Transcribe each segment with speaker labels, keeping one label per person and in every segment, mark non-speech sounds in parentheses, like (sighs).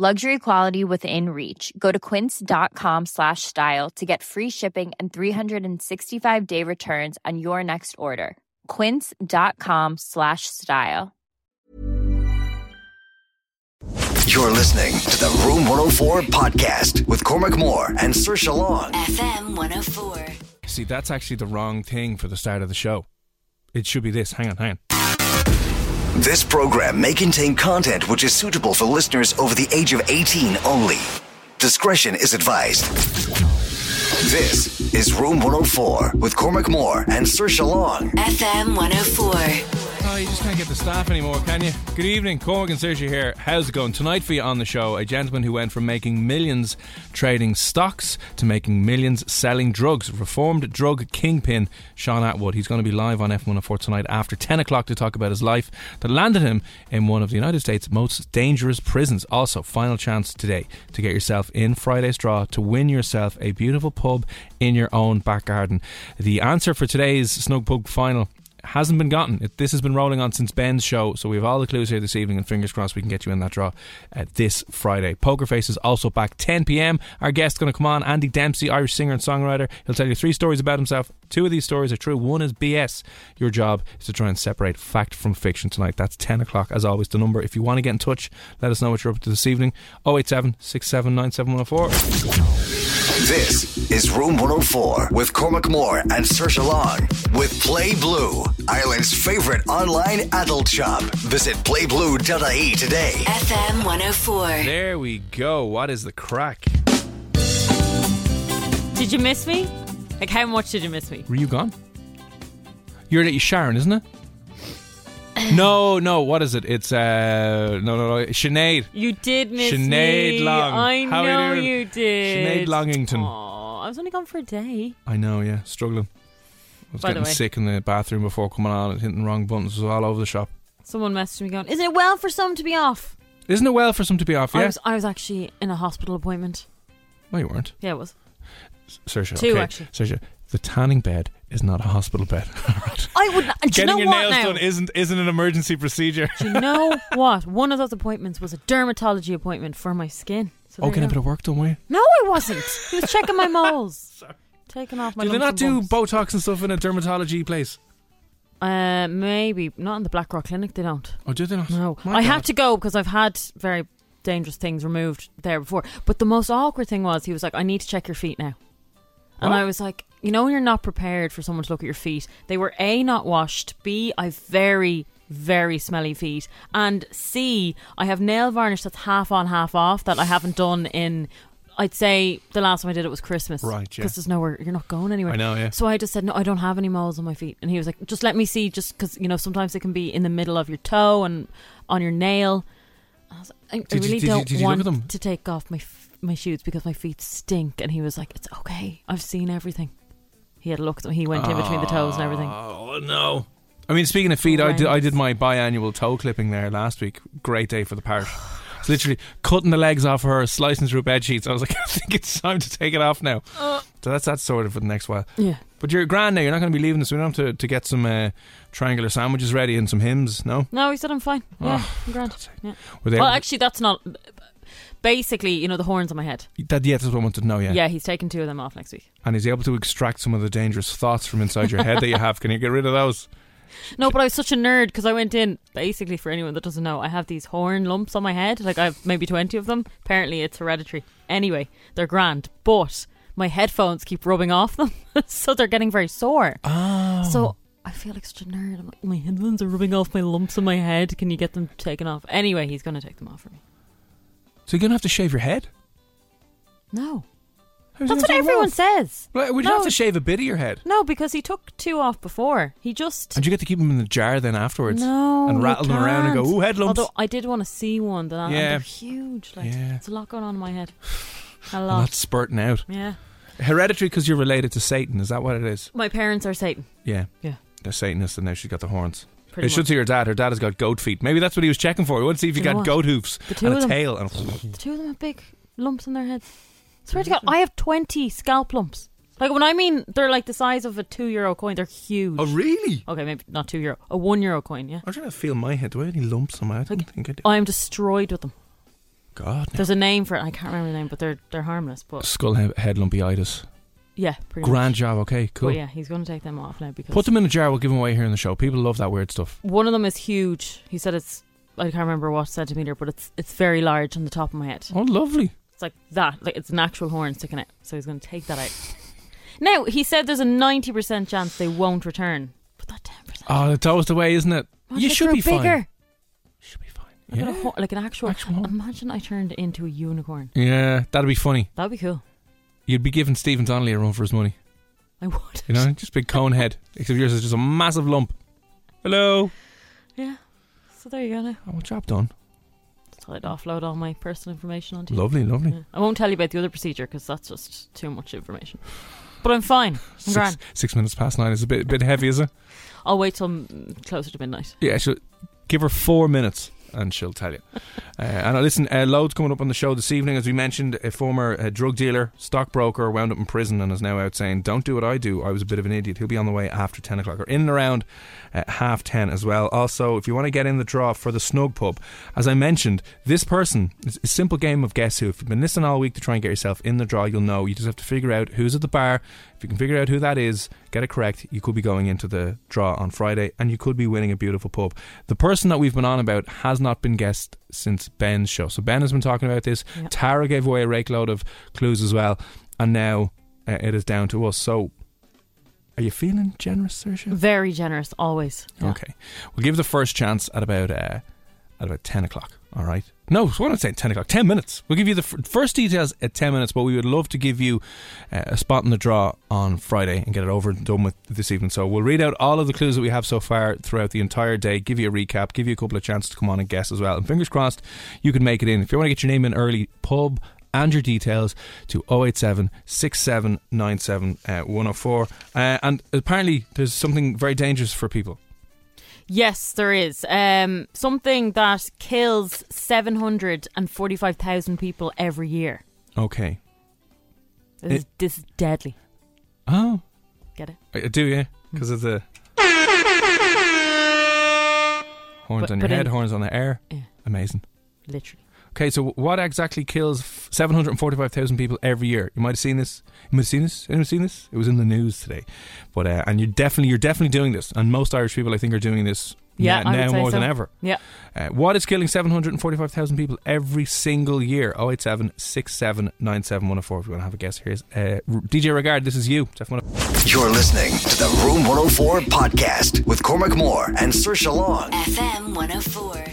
Speaker 1: Luxury quality within reach. Go to quince.com slash style to get free shipping and 365 day returns on your next order. Quince.com slash style.
Speaker 2: You're listening to the Room 104 podcast with Cormac Moore and Sir Long.
Speaker 3: FM 104.
Speaker 4: See, that's actually the wrong thing for the start of the show. It should be this. Hang on, hang on.
Speaker 2: This program may contain content which is suitable for listeners over the age of 18 only. Discretion is advised. This is Room 104 with Cormac Moore and Sir Long.
Speaker 3: FM 104.
Speaker 4: Oh, you just can't get the staff anymore, can you? Good evening, Cormac and Sergio here. How's it going? Tonight for you on the show, a gentleman who went from making millions trading stocks to making millions selling drugs. Reformed drug kingpin Sean Atwood. He's going to be live on F104 tonight after 10 o'clock to talk about his life that landed him in one of the United States' most dangerous prisons. Also, final chance today to get yourself in Friday's draw to win yourself a beautiful pub in your own back garden. The answer for today's Snug Pub final hasn't been gotten. It, this has been rolling on since Ben's show, so we have all the clues here this evening, and fingers crossed we can get you in that draw uh, this Friday. Poker Face is also back 10 p.m. Our guest's going to come on, Andy Dempsey, Irish singer and songwriter. He'll tell you three stories about himself. Two of these stories are true, one is BS. Your job is to try and separate fact from fiction tonight. That's 10 o'clock, as always, the number. If you want to get in touch, let us know what you're up to this evening 087 679 7104.
Speaker 2: This is Room 104 with Cormac Moore and Sir Long with Play Blue, Ireland's favorite online adult shop. Visit playblue.ie E today.
Speaker 3: FM 104.
Speaker 4: There we go. What is the crack?
Speaker 5: Did you miss me? Like, how much did you miss me?
Speaker 4: Were you gone? You're at Sharon,
Speaker 5: (coughs)
Speaker 4: isn't it? No, no. What is it? It's uh, no, no, no. Sinead.
Speaker 5: You did miss
Speaker 4: Sinead
Speaker 5: me.
Speaker 4: Long.
Speaker 5: I
Speaker 4: How are
Speaker 5: know
Speaker 4: you doing?
Speaker 5: you did.
Speaker 4: Sinead Longington.
Speaker 5: Aw, I was only gone for a day.
Speaker 4: I know, yeah, struggling. I was
Speaker 5: By the
Speaker 4: getting
Speaker 5: way.
Speaker 4: sick in the bathroom before coming on and hitting wrong buttons. It was all over the shop.
Speaker 5: Someone messaged me going, "Isn't it well for some to be off?"
Speaker 4: Isn't it well for some to be off?
Speaker 5: I
Speaker 4: Yeah.
Speaker 5: was, I was actually in a hospital appointment.
Speaker 4: No, you weren't.
Speaker 5: Yeah, it was.
Speaker 4: Sergio.
Speaker 5: Two,
Speaker 4: okay.
Speaker 5: actually.
Speaker 4: Sergio, the tanning bed is not a hospital bed. (laughs) All right.
Speaker 5: I would. Not, do you
Speaker 4: Getting
Speaker 5: know
Speaker 4: your
Speaker 5: what
Speaker 4: nails
Speaker 5: now?
Speaker 4: done isn't isn't an emergency procedure.
Speaker 5: (laughs) do you know what? One of those appointments was a dermatology appointment for my skin. So
Speaker 4: Oh,
Speaker 5: there
Speaker 4: get a
Speaker 5: you
Speaker 4: bit
Speaker 5: go.
Speaker 4: of work done, will you?
Speaker 5: No, I wasn't. He was checking my
Speaker 4: (laughs)
Speaker 5: moles, taking off my.
Speaker 4: do they
Speaker 5: lumps
Speaker 4: not
Speaker 5: and
Speaker 4: do
Speaker 5: bumps.
Speaker 4: Botox and stuff in a dermatology place?
Speaker 5: Uh, maybe not in the Blackrock Clinic. They don't.
Speaker 4: Oh, do they not?
Speaker 5: No,
Speaker 4: My
Speaker 5: I
Speaker 4: God.
Speaker 5: had to go because I've had very dangerous things removed there before. But the most awkward thing was he was like, "I need to check your feet now," and
Speaker 4: What?
Speaker 5: I was like, "You know, when you're not prepared for someone to look at your feet. They were a not washed. B, I have very very smelly feet, and C, I have nail varnish that's half on half off that I haven't done in." I'd say the last time I did it was Christmas.
Speaker 4: Right, yeah.
Speaker 5: Because there's nowhere, you're not going anywhere.
Speaker 4: I know, yeah.
Speaker 5: So I just said, no, I don't have any moles on my feet. And he was like, just let me see, just because, you know, sometimes they can be in the middle of your toe and on your nail. I, was like, I- I
Speaker 4: Did you-
Speaker 5: really
Speaker 4: did you-
Speaker 5: don't
Speaker 4: did you look
Speaker 5: want
Speaker 4: at them?
Speaker 5: to take off my, f- my shoes because my feet stink. And he was like, it's okay. I've seen everything. He had a look at them. He went in between the toes and everything.
Speaker 4: Oh no! I mean, speaking of feet, I did I did my biannual toe clipping there last week. Great day for
Speaker 5: (sighs)
Speaker 4: the parish. It's literally cutting the legs off her, slicing through bed sheets. I was like, (laughs) I think it's time to take it off now.
Speaker 5: Uh.
Speaker 4: So that's that sorted for the next while.
Speaker 5: Yeah.
Speaker 4: But you're grand now. You're not going to be leaving this. We don't have to, to get some uh, triangular sandwiches ready and some hymns. No.
Speaker 5: No, he said, I'm fine. Yeah, I'm grand. Yeah.
Speaker 4: Were Ah. they
Speaker 5: Well,
Speaker 4: able to-
Speaker 5: actually, that's not. Basically, you know, the horns on my head.
Speaker 4: that, yeah, that's what I wanted to know.
Speaker 5: Yeah, he's taking two of them off next week.
Speaker 4: and is he able to extract some of the dangerous thoughts from inside your head that you have? Can you get rid of those?
Speaker 5: No, but I was such a nerd because I went in basically for anyone that doesn't know. I have these horn lumps on my head, like I have maybe twenty of them. Apparently, it's hereditary. Anyway, they're grand, but my headphones keep rubbing off them, (laughs) so they're getting very sore. Oh. (laughs) So I feel like such a nerd. I'm like, my headphones are rubbing off my lumps in my head. Can you get them taken off? Anyway, he's going to take them off for me.
Speaker 4: So you're gonna have to shave your head.
Speaker 5: No. That's
Speaker 4: How's it gonna
Speaker 5: what
Speaker 4: take
Speaker 5: everyone
Speaker 4: off?
Speaker 5: says.
Speaker 4: Right, would you
Speaker 5: no,
Speaker 4: have to shave a bit of your head?
Speaker 5: No, because he took two off before. He just
Speaker 4: And you get to keep them in the jar then afterwards.
Speaker 5: no
Speaker 4: And
Speaker 5: you
Speaker 4: rattle them around and go,
Speaker 5: can't.
Speaker 4: ooh, head lumps.
Speaker 5: Although I did want to see one. That
Speaker 4: Yeah.
Speaker 5: yeah. they're huge. Like
Speaker 4: Yeah.
Speaker 5: it's a lot going on in my
Speaker 4: (sighs)
Speaker 5: head. A
Speaker 4: and that's
Speaker 5: lot.
Speaker 4: spurting out.
Speaker 5: Yeah.
Speaker 4: Hereditary because you're related to Satan. Is that what it is?
Speaker 5: My parents are Satan.
Speaker 4: Yeah.
Speaker 5: Yeah.
Speaker 4: They're Satanists and now she's got the horns.
Speaker 5: Pretty
Speaker 4: it should
Speaker 5: much.
Speaker 4: see her dad. Her dad has got goat feet. Maybe that's what he was checking for. He wanted to see if you
Speaker 5: You know
Speaker 4: got
Speaker 5: what?
Speaker 4: goat hoofs
Speaker 5: The two
Speaker 4: and a
Speaker 5: of them.
Speaker 4: tail. And
Speaker 5: The two of them have big lumps on their heads. Swear to God, I have twenty scalp lumps. Like when I mean they're like the size of a two euro coin. They're huge.
Speaker 4: oh, really?
Speaker 5: Okay, maybe not two euro. A one euro coin. Yeah.
Speaker 4: I'm trying to feel my head. Do I have any lumps on my head? I don't think I do.
Speaker 5: I am destroyed with them.
Speaker 4: God, no.
Speaker 5: There's a name for it. I can't remember the name, but they're they're harmless. But
Speaker 4: skull he- head lumpyitis.
Speaker 5: yeah, pretty
Speaker 4: Grand
Speaker 5: Much.
Speaker 4: job. Okay, cool.
Speaker 5: But yeah, he's going to take them off now because
Speaker 4: Put them in a jar. We'll give them away here in the show. People love that weird stuff.
Speaker 5: one of them is huge. He said it's I can't remember what centimeter, but it's it's very large on the top of my head.
Speaker 4: Oh, lovely.
Speaker 5: It's like that. Like it's an actual horn sticking out. So he's going to take that out. Now he said there's a ninety percent chance they won't return, but that ten percent.
Speaker 4: Oh, that's always the way, isn't it? you should be
Speaker 5: bigger.
Speaker 4: fine. Should be fine.
Speaker 5: Like, a
Speaker 4: Yeah.
Speaker 5: ho- like an actual.
Speaker 4: Actual horn.
Speaker 5: Imagine I turned into a unicorn.
Speaker 4: Yeah, that'd be funny.
Speaker 5: That'd be cool.
Speaker 4: You'd be giving Stephen Donnelly a run for his money.
Speaker 5: I would.
Speaker 4: You know, just big cone head. (laughs) Except yours is just a massive lump. Hello.
Speaker 5: Yeah. (laughs) So there you go. Now.
Speaker 4: Oh, well, job done.
Speaker 5: So I'd offload all my personal information onto you. Mm.
Speaker 4: Lovely, lovely.
Speaker 5: Yeah. I won't tell you about the other procedure because that's just too much information. But I'm fine. I'm
Speaker 4: Six,
Speaker 5: grand.
Speaker 4: six minutes past nine is a bit bit heavy, is it?
Speaker 5: I'll wait till mm, closer to midnight.
Speaker 4: Yeah, she'll give her four minutes and she'll tell you. Uh, and uh, listen, uh, loads coming up on the show this evening. As we mentioned, a former uh, drug dealer, stockbroker, wound up in prison and is now out saying, Don't do what I do. I was a bit of an idiot. He'll be on the way after 10 o'clock or in and around uh, half 10 as well. Also, if you want to get in the draw for the Snug Pub, as I mentioned, this person, it's a simple game of Guess Who. If you've been listening all week to try and get yourself in the draw, you'll know. You just have to figure out who's at the bar. If you can figure out who that is, get it correct, you could be going into the draw on Friday and you could be winning a beautiful pub. The person that we've been on about has not been guessed since Ben's show. So Ben has been talking about this.
Speaker 5: Yep.
Speaker 4: Tara gave away a rake load of clues as well. And now uh, it is down to us. So are you feeling generous, Saoirse?
Speaker 5: Very generous, always. Yeah.
Speaker 4: Okay. We'll give the first chance at about uh, at about 10 o'clock, all right? No, what am I saying? 10 o'clock. 10 minutes. We'll give you the f- first details at 10 minutes, but we would love to give you uh, a spot in the draw on Friday and get it over and done with this evening. So we'll read out all of the clues that we have so far throughout the entire day, give you a recap, give you a couple of chances to come on and guess as well. And fingers crossed, you can make it in. If you want to get your name in early, pub and your details to 087 6797 uh, 104. Uh, and apparently, there's something very dangerous for people.
Speaker 5: Yes, there is. Um, something that kills 745,000 people every year.
Speaker 4: Okay.
Speaker 5: This is this is deadly.
Speaker 4: Oh.
Speaker 5: Get it?
Speaker 4: I I do, yeah.
Speaker 5: Hmm.
Speaker 4: Because of the. Horns
Speaker 5: But-
Speaker 4: on your
Speaker 5: but
Speaker 4: head,
Speaker 5: in-
Speaker 4: horns on the air.
Speaker 5: Yeah.
Speaker 4: Amazing.
Speaker 5: Literally.
Speaker 4: Okay, so what exactly kills f- 745,000 people every year? You might have seen this. You might have seen this. Anyone seen this? It was in the news today. But uh, and you're definitely you're definitely doing this, and most Irish people I think are doing this.
Speaker 5: Yeah,
Speaker 4: na-
Speaker 5: I would
Speaker 4: now
Speaker 5: say
Speaker 4: more
Speaker 5: so.
Speaker 4: than ever.
Speaker 5: Yeah.
Speaker 4: Uh, what is killing 745,000 people every single year? 087 6797 oh if you want to have a guess. Here's uh, R- DJ Regard, this is you. oh Jeff Mon-
Speaker 2: You're listening to the Room 104 podcast with Cormac Moore and Sir Long.
Speaker 3: FM 104.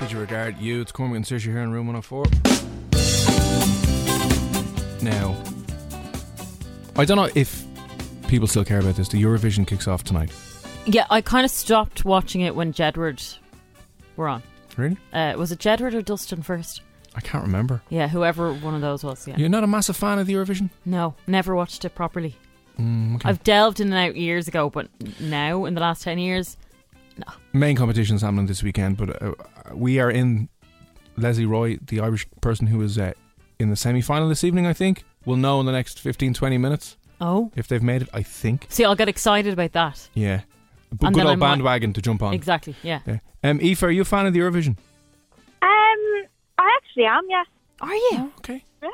Speaker 4: Did you regard you? It's Cormac and Saoirse here in room 104. Now, I don't know if people still care about this. The Eurovision kicks off tonight.
Speaker 5: Yeah, I kind of stopped watching it when Jedward were on.
Speaker 4: Really?
Speaker 5: Uh, was it Jedward or Dustin first?
Speaker 4: I can't remember.
Speaker 5: Yeah, whoever one of those was. Yeah.
Speaker 4: You're not a massive fan of the Eurovision?
Speaker 5: No, never watched it properly.
Speaker 4: Mm, okay.
Speaker 5: I've delved in and out years ago, but now in the last 10 years,
Speaker 4: Main competition's happening this weekend, but uh, we are in Leslie Roy, the Irish person who is uh, in the semi final this evening, I think. We'll know in the next 15, 20 minutes
Speaker 5: oh.
Speaker 4: if they've made it, I think.
Speaker 5: See, I'll get excited about that.
Speaker 4: Yeah. But
Speaker 5: And
Speaker 4: good
Speaker 5: then I
Speaker 4: old
Speaker 5: might-
Speaker 4: bandwagon to jump on.
Speaker 5: Exactly, yeah.
Speaker 4: Yeah. Um, Aoife, are you a fan of the Eurovision?
Speaker 6: Um, I actually am. Yeah,
Speaker 5: Are you?
Speaker 4: Okay.
Speaker 6: yeah,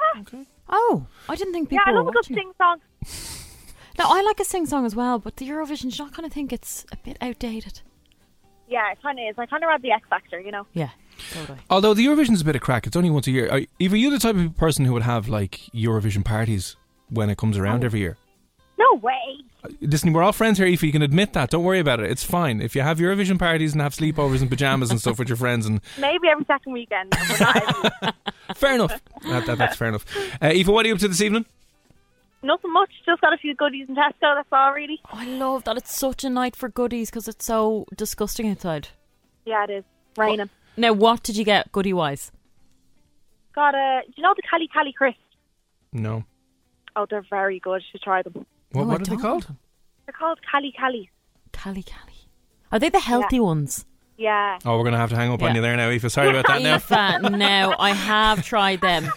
Speaker 5: Oh, I didn't think
Speaker 6: yeah.
Speaker 5: people
Speaker 6: I
Speaker 5: were
Speaker 6: love a good
Speaker 5: watching it.
Speaker 6: sing song.
Speaker 5: Now, I like a sing song as well, but the Eurovision, I kind of think it's a bit outdated.
Speaker 6: Yeah, it kind of is. I kind of read the X Factor, you know.
Speaker 5: Yeah, so do I.
Speaker 4: Although the Eurovision's a bit of crack, it's only once a year. Are, Eva, are you the type of person who would have like Eurovision parties? when it comes around every year. Uh,
Speaker 6: No way.
Speaker 4: Listen, we're all friends here, Aoife. You can admit that. Don't worry about it. It's fine. If you have Eurovision parties and have sleepovers and pajamas and stuff with your friends, and
Speaker 6: Maybe every second weekend. but not every-
Speaker 4: fair enough. That- that- that's fair enough. Uh, Aoife, what are you up to this evening?
Speaker 6: Nothing much. Just got a few goodies in Tesco. That's all, really.
Speaker 5: Oh, I love that. It's such a night for goodies because it's so disgusting outside.
Speaker 6: Yeah, it is raining.
Speaker 5: Now, what did you get goodie wise?
Speaker 6: Got a. Do you know the Cali Cali crisps?
Speaker 4: No.
Speaker 6: Oh, they're very good. You should try them.
Speaker 5: No,
Speaker 4: What, what
Speaker 5: I
Speaker 4: are they
Speaker 5: don't.
Speaker 4: called?
Speaker 6: They're called Cali Cali.
Speaker 5: Cali Cali. Are they the healthy ones?
Speaker 6: Yeah.
Speaker 4: Oh, we're going to have to hang up on
Speaker 5: Yeah.
Speaker 4: you there now, Aoife. Sorry about that now.
Speaker 5: Aoife, no, I have tried them. You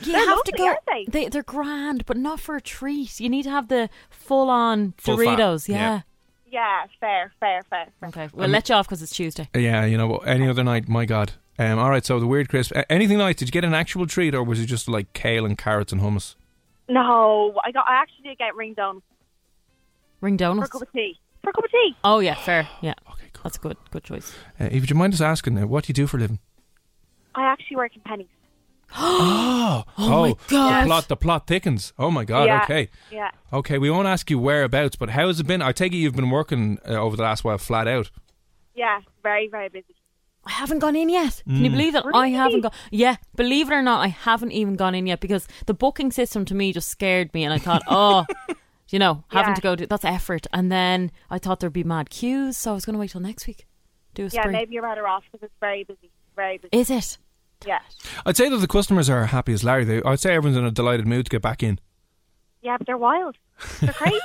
Speaker 6: They're
Speaker 5: have to
Speaker 6: lovely,
Speaker 5: go.
Speaker 6: aren't
Speaker 5: they? They, are grand, but not for a treat. You need to have the full on
Speaker 4: Full fat,
Speaker 5: Doritos. Yeah.
Speaker 6: Yeah, fair, fair, fair. fair.
Speaker 5: Okay. We'll let you off because it's Tuesday.
Speaker 4: (laughs) Yeah, you know, any other night, my God. Um, all right, so the weird crisp. A- Anything nice? Did you get an actual treat or was it just like kale and carrots and hummus?
Speaker 6: No, I got. I actually did get ringed on
Speaker 5: Ring
Speaker 6: for a
Speaker 5: donuts.
Speaker 6: cup of tea. For a cup of tea.
Speaker 5: Oh yeah, fair. Yeah,
Speaker 4: Okay, cool.
Speaker 5: that's good. Good choice.
Speaker 4: Uh, Aoife, do you mind us asking now, what do you do for a living?
Speaker 6: I actually work in pennies.
Speaker 4: (gasps) Oh,
Speaker 5: Oh, my God.
Speaker 4: The plot, the plot thickens. Oh, my God.
Speaker 6: Yeah.
Speaker 4: Okay.
Speaker 6: Yeah.
Speaker 4: Okay, we won't ask you whereabouts, but how has it been? I take it you've been working uh, over the last while flat out.
Speaker 6: Yeah. Very, very busy.
Speaker 5: I haven't gone in yet.
Speaker 4: Mm.
Speaker 5: Can you believe it? I haven't gone. Yeah, believe it or not, I haven't even gone in yet because the booking system to me just scared me, and I
Speaker 4: (laughs)
Speaker 5: thought, oh, you know, having
Speaker 6: Yeah.
Speaker 5: to go to that's effort. And then I thought there'd be mad queues, so I was going to wait till next week. Do a
Speaker 6: Yeah,
Speaker 5: spring.
Speaker 6: maybe you're better off because it's very busy. Very busy.
Speaker 5: Is it?
Speaker 6: yeah.
Speaker 4: I'd say that the customers are happy as Larry. They, I'd say everyone's in a delighted mood to get back in. (laughs)
Speaker 6: Yeah, but they're wild.
Speaker 5: (laughs)
Speaker 6: They're crazy.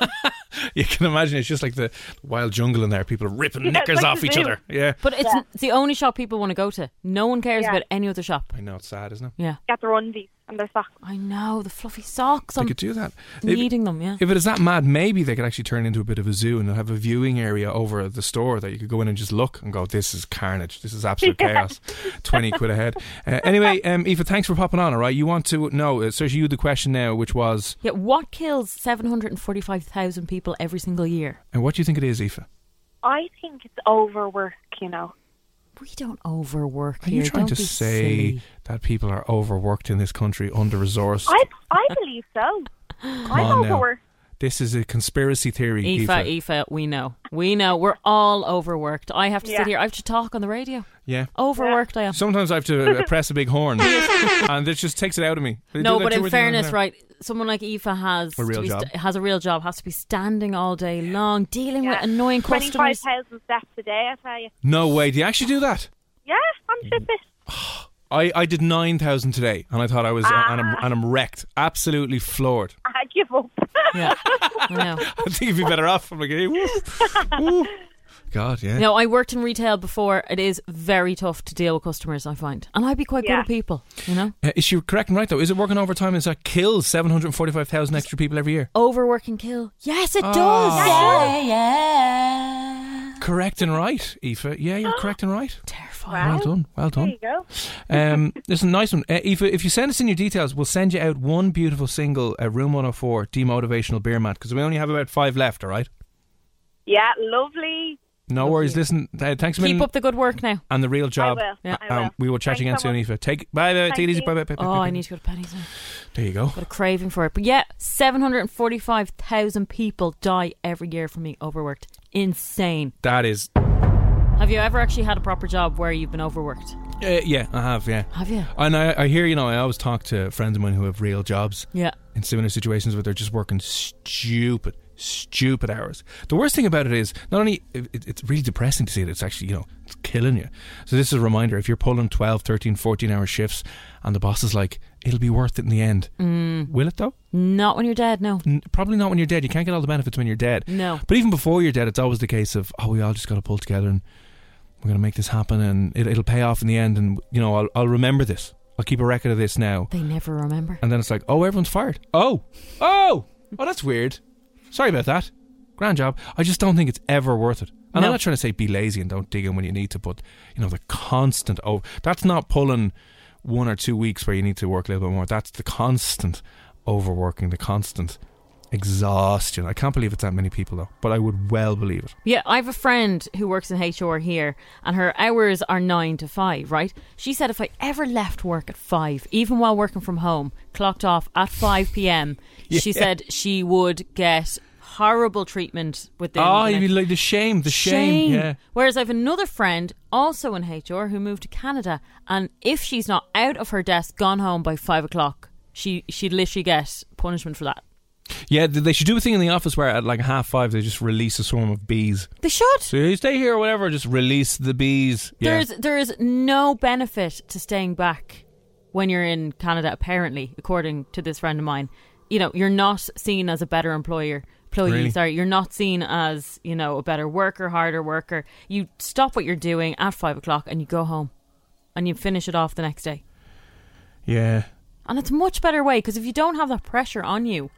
Speaker 4: You can imagine it's just like the wild jungle in there. People are ripping
Speaker 6: Yeah, it's
Speaker 4: knickers
Speaker 6: like
Speaker 4: off
Speaker 6: the
Speaker 4: each
Speaker 6: zoo.
Speaker 4: other. Yeah.
Speaker 5: But it's it's the only shop people want to go to. No one cares
Speaker 6: Yeah.
Speaker 5: about any other shop.
Speaker 4: I know, it's sad, isn't it?
Speaker 5: Yeah,
Speaker 6: Got their undies and their socks.
Speaker 5: I know the fluffy socks.
Speaker 4: They
Speaker 5: I'm
Speaker 4: could do that. If,
Speaker 5: needing them. Yeah.
Speaker 4: if it is that mad, maybe they could actually turn into a bit of a zoo and have a viewing area over the store that you could go in and just look and go, this is carnage. This is absolute chaos. 20 quid ahead. Uh, anyway, um, Eva, thanks for popping on, all right? You want to know, uh, Saoirse, you had the question now, which was,
Speaker 5: Yeah, what kills 745,000 people every single year?
Speaker 4: and uh, what do you think it is, Aoife?
Speaker 6: I think it's overwork, you know.
Speaker 5: We don't overwork
Speaker 4: Are
Speaker 5: here.
Speaker 4: you trying
Speaker 5: don't
Speaker 4: to
Speaker 5: be
Speaker 4: say
Speaker 5: silly.
Speaker 4: that people are overworked in this country, under-resourced?
Speaker 6: I I believe so. I'm
Speaker 4: on now.
Speaker 6: overworked.
Speaker 4: This is a conspiracy theory,
Speaker 5: Aoife,
Speaker 4: Aoife.
Speaker 5: Aoife, we know. We know. We're all overworked. I have to
Speaker 6: Yeah.
Speaker 5: sit here. I have to talk on the radio.
Speaker 4: Yeah.
Speaker 5: Overworked I am.
Speaker 4: Sometimes I have to uh, press a big horn,
Speaker 5: (laughs)
Speaker 4: and this just takes it out of me. They
Speaker 5: no,
Speaker 4: do that
Speaker 5: but
Speaker 4: two
Speaker 5: in
Speaker 4: or three times
Speaker 5: fairness,
Speaker 4: an hour.
Speaker 5: right, someone like Aoife has,
Speaker 4: A real
Speaker 5: to be
Speaker 4: job.
Speaker 5: has a real job, has to be standing all day long, dealing with annoying
Speaker 6: Twenty-five
Speaker 5: customers.
Speaker 6: thousand steps a day. I tell you.
Speaker 4: No way. Do you actually do that?
Speaker 6: Yeah,
Speaker 5: Mm-hmm.
Speaker 6: I'm fit. bit. (laughs)
Speaker 4: I, I did nine thousand today, and I thought I was, uh, and I'm
Speaker 5: Ah.
Speaker 4: and I'm wrecked, absolutely floored. (laughs)
Speaker 6: I give up.
Speaker 5: Yeah, I know.
Speaker 4: I think you'd be better off. I'm like, hey, woo, woo. God, yeah.
Speaker 5: No, I worked in retail before. It is very tough to deal with customers, I find. And I'd be quite
Speaker 6: Yeah.
Speaker 5: good at people, you know?
Speaker 4: Uh, is she correct and right though? Is it working overtime? Is that kills seven hundred forty-five thousand extra people every year?
Speaker 5: Overwork and kill. Yes, it does.
Speaker 4: Oh. Correct and right, Aoife. Yeah, you're correct and right.
Speaker 5: (gasps) Terrifying.
Speaker 4: Well done. Well
Speaker 6: (laughs) There
Speaker 4: done.
Speaker 6: you go.
Speaker 4: Um, (laughs) listen, nice one. Uh, Aoife, if you send us in your details, we'll send you out one beautiful single uh, Room 104 demotivational beer mat because we only have about five left, all right?
Speaker 6: Yeah, lovely.
Speaker 4: No worries. Listen, uh, thanks
Speaker 5: Keep
Speaker 4: a million
Speaker 5: up the good work now.
Speaker 4: and the real job.
Speaker 6: I will. I will.
Speaker 4: Um, we will chat
Speaker 6: Thanks
Speaker 4: you again
Speaker 6: so
Speaker 4: soon,
Speaker 6: much.
Speaker 4: Aoife. Take, bye, bye, take it
Speaker 6: Thank
Speaker 4: easy.
Speaker 6: you.
Speaker 4: Bye, bye, bye, bye,
Speaker 5: Oh,
Speaker 4: bye,
Speaker 5: I
Speaker 4: bye.
Speaker 5: need to go to Penny's now.
Speaker 4: There
Speaker 5: (laughs)
Speaker 4: you go.
Speaker 5: Got a craving for it. But yeah, 745,000 people die every year from being overworked. Insane.
Speaker 4: That is. uh,
Speaker 5: Have you ever actually had a proper job where you've been overworked?
Speaker 4: Uh, yeah, I have, yeah.
Speaker 5: Have you?
Speaker 4: And I, I hear, you know, I always talk to friends of mine who have real jobs
Speaker 5: Yeah.
Speaker 4: in similar situations where they're just working stupid, stupid hours. The worst thing about it is not only it, it- it's really depressing to see it, it's actually, you know, it's killing you. So this is a reminder if you're pulling 12, 13, 14 hour shifts and the boss is like, it'll be worth it in the end.
Speaker 5: Mm.
Speaker 4: Will it though?
Speaker 5: Not when you're dead, no.
Speaker 4: N- Probably not when you're dead. You can't get all the benefits when you're dead.
Speaker 5: No.
Speaker 4: But even before you're dead, it's always the case of, oh, we all just got to pull together and we're going to make this happen and it, it'll pay off in the end. And, you know, I'll, I'll remember this. I'll keep a record of this now.
Speaker 5: They never remember.
Speaker 4: And then it's like, oh, everyone's fired. Oh, oh, oh, that's weird. Sorry about that. Grand job. I just don't think it's ever worth it. And I'm
Speaker 5: No.
Speaker 4: not trying to say be lazy and don't dig in when you need to, but you know the constant. Oh, that's not pulling one or two weeks where you need to work a little bit more. That's the constant overworking, the constant exhaustion. I can't believe it's that many people though, but I would well believe it.
Speaker 5: Yeah, I have a friend who works in HR here, and her hours are nine to five, right? She said if I ever left work at five, even while working from home, clocked off at 5 (laughs) pm, she said she would get horrible treatment within.
Speaker 4: Oh,
Speaker 5: the
Speaker 4: you
Speaker 5: next-
Speaker 4: like the shame, the shame. Yeah.
Speaker 5: Whereas I've another friend, also in HR, who moved to Canada, and if she's not out of her desk, gone home by five o'clock, she she'd literally get punishment for that.
Speaker 4: Yeah, th- they should do a thing in the office where at like half five they just release a swarm of bees.
Speaker 5: They should.
Speaker 4: So you stay here or whatever, just release the bees. Yeah.
Speaker 5: There's there is no benefit to staying back when you're in Canada. Apparently, according to this friend of mine, you know you're not seen as a better employer. Employee,
Speaker 4: Really?
Speaker 5: sorry, you're not seen as you know a better worker, harder worker. You stop what you're doing at five o'clock and you go home, and you finish it off the next day.
Speaker 4: yeah.
Speaker 5: And it's a much better way because if you don't have that pressure on you,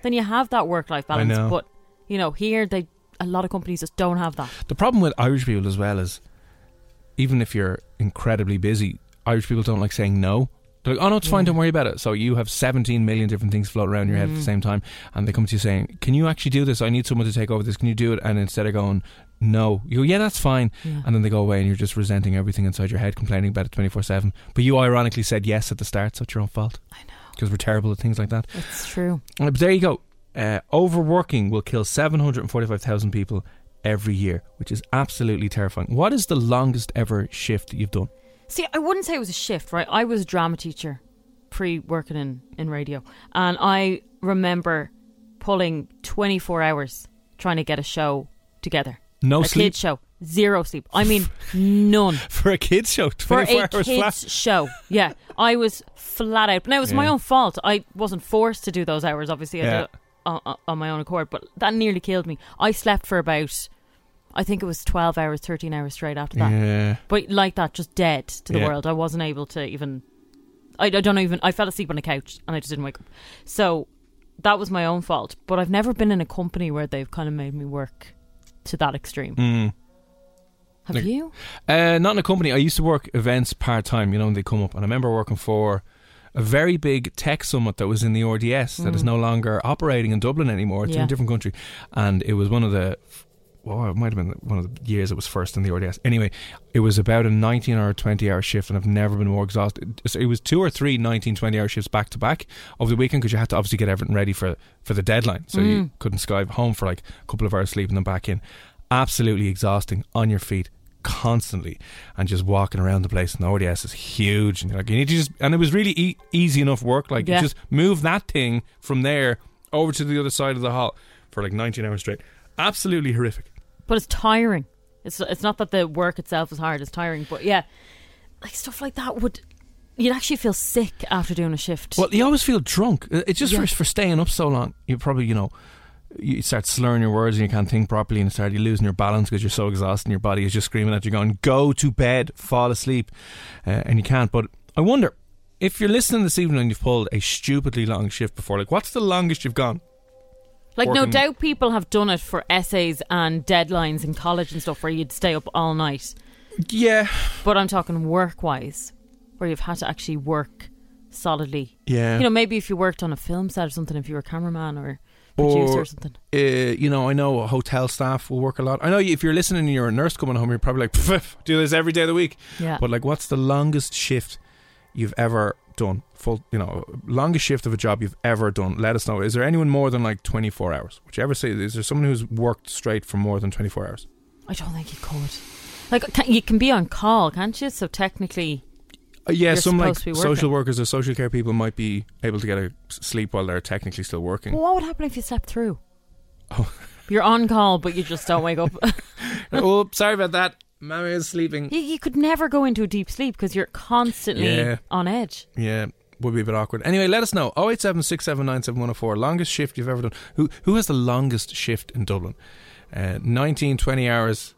Speaker 5: then you have that work life balance.
Speaker 4: know.
Speaker 5: But you know here they a lot of companies just don't have that.
Speaker 4: The problem with Irish people as well is even if you're incredibly busy, Irish people don't like saying no. They're like, oh no, it's fine, don't worry about it. So you have 17 million different things floating around your head at the same time, and they come to you saying, Can you actually do this? I need someone to take over this. Can you do it? And instead of going, No, you go, Yeah, that's fine. And then they go away, and you're just resenting everything inside your head, complaining about it 24 7. But you ironically said yes at the start, so it's your own fault. I know. Because we're terrible at things like that.
Speaker 5: It's true.
Speaker 4: Uh, But there you go. Uh, overworking will kill 745,000 people every year, which is absolutely terrifying. What is the longest ever shift that you've done? (laughs)
Speaker 5: See, I wouldn't say it was a shift, right? I was a drama teacher pre working in, in radio. And I remember pulling 24 hours trying to get a show together.
Speaker 4: No
Speaker 5: a
Speaker 4: sleep?
Speaker 5: kids show. Zero sleep. I mean, (laughs) none.
Speaker 4: For a kids show,
Speaker 5: For
Speaker 4: 24
Speaker 5: a
Speaker 4: hours
Speaker 5: kids
Speaker 4: flat.
Speaker 5: show. Yeah. I was flat out. Now, it was my
Speaker 4: Yeah.
Speaker 5: own fault. I wasn't forced to do those hours, obviously. I
Speaker 4: Yeah.
Speaker 5: did it on, on- on my own accord, but that nearly killed me. I slept for about, I think it was 12 hours, 13 hours straight after that
Speaker 4: Yeah.
Speaker 5: but like that, just dead to the
Speaker 4: Yeah.
Speaker 5: world. I wasn't able to even. I, I don't even. I fell asleep on a couch and I just didn't wake up. So that was my own fault. But I've never been in a company where they've kind of made me work to that extreme. Have
Speaker 4: Mm. Like-
Speaker 5: you?
Speaker 4: Uh, not in a company. I used to work events part time, you know, when they come up. And I remember working for a very big tech summit that was in the RDS that is no longer operating in Dublin anymore. It's in
Speaker 5: Mm. Yeah.
Speaker 4: a different country. And it was one of the. Well, it might have been one of the years it was first in the RDS. Anyway, it was about a 19 or 20 hour shift, and I've never been more exhausted. So It was two or three 19, 20 hour shifts back to back over the weekend because you had to obviously get everything ready for, for the deadline. So you couldn't skive home for like a couple of hours sleep and then back in. Absolutely exhausting on your feet constantly and just walking around the place and the RDS is huge and you're like you need to just and it was really e- easy enough work like you
Speaker 5: Yeah.
Speaker 4: just move that thing from there over to the other side of the hall for like 19 hours straight absolutely horrific
Speaker 5: But it's tiring. It's it's not that the work itself is hard. It's tiring. But yeah, like stuff like that would. You'd actually feel sick after doing a shift.
Speaker 4: well you always feel drunk Uh, it's just
Speaker 5: Yeah.
Speaker 4: for, for staying up so long you probably you know you start slurring your words and you can't think properly and start you losing your balance because you're so exhausted and your body is just screaming at you going go to bed fall asleep uh, and you can't but I wonder if you're listening this evening and you've pulled a stupidly long shift before like what's the longest you've gone
Speaker 5: Like no
Speaker 4: working-
Speaker 5: doubt people have done it for essays and deadlines in college and stuff where you'd stay up all night.
Speaker 4: Yeah,
Speaker 5: But I'm talking work wise, where you've had to actually work solidly.
Speaker 4: yeah.
Speaker 5: You know, maybe if you worked on a film set or something, if you were a cameraman or
Speaker 4: Or-
Speaker 5: producer or something.
Speaker 4: uh, you know, I know hotel staff will work a lot. I know if you're listening and you're a nurse coming home, you're probably like, (laughs) "Pff, do this every day of the week.
Speaker 5: Yeah.
Speaker 4: But like, what's the longest shift you've ever done? Full, you know, longest shift of a job you've ever done. Let us know. Is there anyone more than like 24 hours? Whichever say, is there someone who's worked straight for more than 24 hours?
Speaker 5: I don't think you could. Like, can, you can be on call, can't you? So technically,
Speaker 4: Uh, yeah,
Speaker 5: You're
Speaker 4: some like
Speaker 5: supposed to be
Speaker 4: social
Speaker 5: working.
Speaker 4: workers or social care people might be able to get a s- sleep while they're technically still working.
Speaker 5: well, what would happen if you slept through? (laughs) You're on call, but you just don't wake up. (laughs)
Speaker 4: oh, sorry about that. Mammy is sleeping.
Speaker 5: you, you could never go into a deep sleep because you're constantly
Speaker 4: Yeah.
Speaker 5: on edge.
Speaker 4: Yeah, would be a bit awkward. Anyway, let us know. 087 679 7104. Longest shift you've ever done. Who who has the longest shift in Dublin? Uh, 19, 20 hours.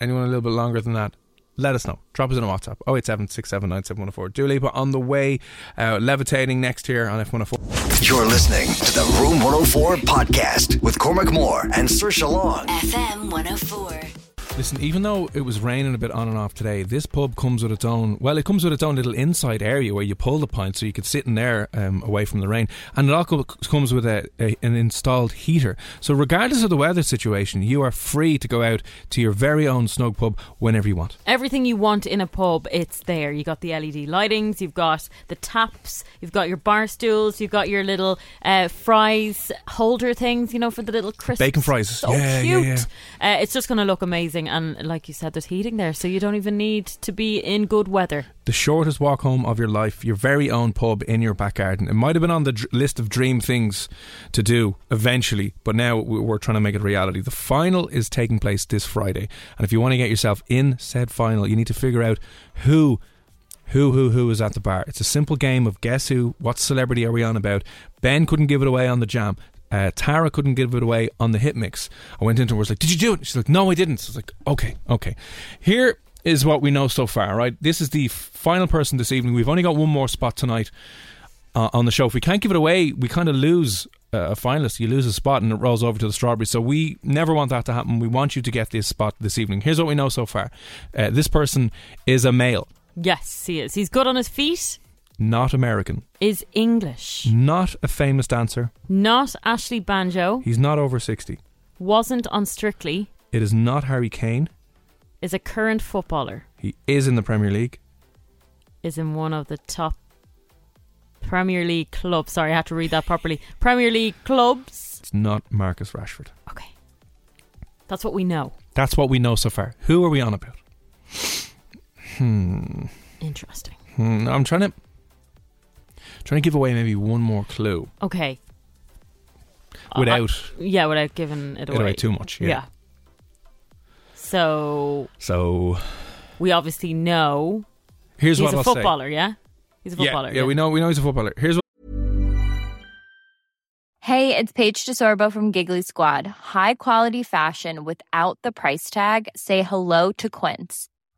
Speaker 4: Anyone a little bit longer than that? Let us know. Drop us in a WhatsApp. 087 679 7104. Dua Lipa on the way. Uh, levitating next here on F104.
Speaker 2: You're listening to the Room 104 podcast with Cormac Moore and Sir Long.
Speaker 3: FM 104.
Speaker 4: Listen, even though it was raining a bit on and off today, this pub comes with its own. Well, it comes with its own little inside area where you pull the pint, so you could sit in there um, away from the rain. And it also c- comes with a, a, an installed heater, so regardless of the weather situation, you are free to go out to your very own snug pub whenever you want.
Speaker 5: Everything you want in a pub, it's there. You got the LED lightings, you've got the taps, you've got your bar stools, you've got your little uh, fries holder things, you know, for the little crisps.
Speaker 4: Bacon fries.
Speaker 5: So
Speaker 4: Yeah, yeah,
Speaker 5: cute. Uh, it's just going to look amazing. And like you said, there's heating there, so you don't even need to be in good weather.
Speaker 4: The shortest walk home of your life, your very own pub in your back garden. It might have been on the dr- list of dream things to do eventually, but now we- we're trying to make it a reality. The final is taking place this Friday, and if you want to get yourself in said final, you need to figure out who who who who is at the bar. It's a simple game of guess who, what celebrity are we on about. Ben couldn't give it away on the jam. Uh, Tara couldn't give it away on the hit mix. I went into her, I was like, "Did you do it?" She's like, "No, I didn't." So I was like, "Okay, okay." Here is what we know so far. Right, this is the f- final person this evening. We've only got one more spot tonight uh, on the show. If we can't give it away, we kind of lose uh, a finalist. You lose a spot and it rolls over to the strawberry. So we never want that to happen. We want you to get this spot this evening. Here's what we know so far: uh, this person is a male,
Speaker 5: Yes, he is. He's good on his feet,
Speaker 4: not American.
Speaker 5: is English.
Speaker 4: Not a famous dancer.
Speaker 5: Not Ashley Banjo,
Speaker 4: He's not over 60.
Speaker 5: wasn't on Strictly,
Speaker 4: It is not Harry Kane.
Speaker 5: is a current footballer,
Speaker 4: He is in the Premier League.
Speaker 5: is in one of the top Premier League clubs. Sorry, I had to read that properly. Premier League clubs.
Speaker 4: It's not Marcus Rashford.
Speaker 5: Okay. That's what we know.
Speaker 4: That's what we know so far. Who are we on about?
Speaker 5: Interesting.
Speaker 4: Hmm, I'm trying to trying to give away maybe one more clue
Speaker 5: Okay.
Speaker 4: without
Speaker 5: Yeah, without giving it
Speaker 4: it
Speaker 5: away.
Speaker 4: away too much. Yeah.
Speaker 5: yeah. So
Speaker 4: So
Speaker 5: we obviously know
Speaker 4: here's
Speaker 5: he's
Speaker 4: what
Speaker 5: a
Speaker 4: I'll say.
Speaker 5: footballer, yeah? He's a
Speaker 4: Yeah,
Speaker 5: footballer.
Speaker 4: yeah, we know we know he's a footballer. Here's what
Speaker 1: Hey, it's Paige DeSorbo from Giggly Squad. High quality fashion without the price tag. Say hello to Quince.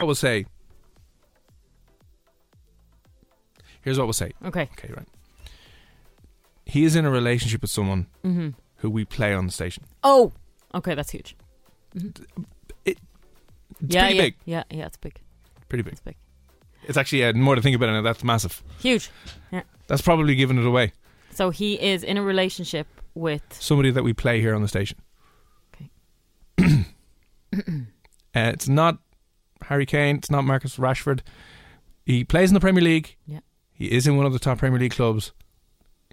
Speaker 4: I will say. Here's what we'll say.
Speaker 5: Okay.
Speaker 4: Okay, right. He is in a relationship with someone
Speaker 5: Mm-hmm.
Speaker 4: who we play on the station.
Speaker 5: Oh. Okay, that's huge.
Speaker 4: Mm-hmm. It-
Speaker 5: It's yeah,
Speaker 4: pretty
Speaker 5: yeah,
Speaker 4: big.
Speaker 5: Yeah, yeah, it's big.
Speaker 4: Pretty big.
Speaker 5: It's big.
Speaker 4: It's actually uh, more to think about it now. That's massive.
Speaker 5: Huge. Yeah.
Speaker 4: That's probably giving it away.
Speaker 5: So he is in a relationship with
Speaker 4: Somebody that we play here on the station.
Speaker 5: Okay.
Speaker 4: (clears throat) uh, it's not Harry Kane. It's not Marcus Rashford. He plays in the Premier League.
Speaker 5: Yeah.
Speaker 4: He is in one of the top Premier League clubs.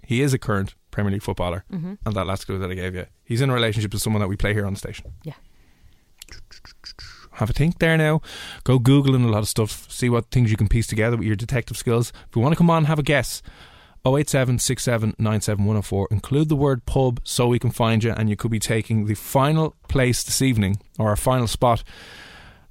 Speaker 4: He is a current Premier League footballer.
Speaker 5: Mm-hmm.
Speaker 4: And that last clue that I gave you, he's in a relationship with someone that we play here on the station.
Speaker 5: Yeah.
Speaker 4: Have a think there now. Go googling a lot of stuff. See what things you can piece together with your detective skills. If you want to come on, have a guess. 087 67 97 104. Include the word pub so we can find you, and you could be taking the final place this evening or our final spot,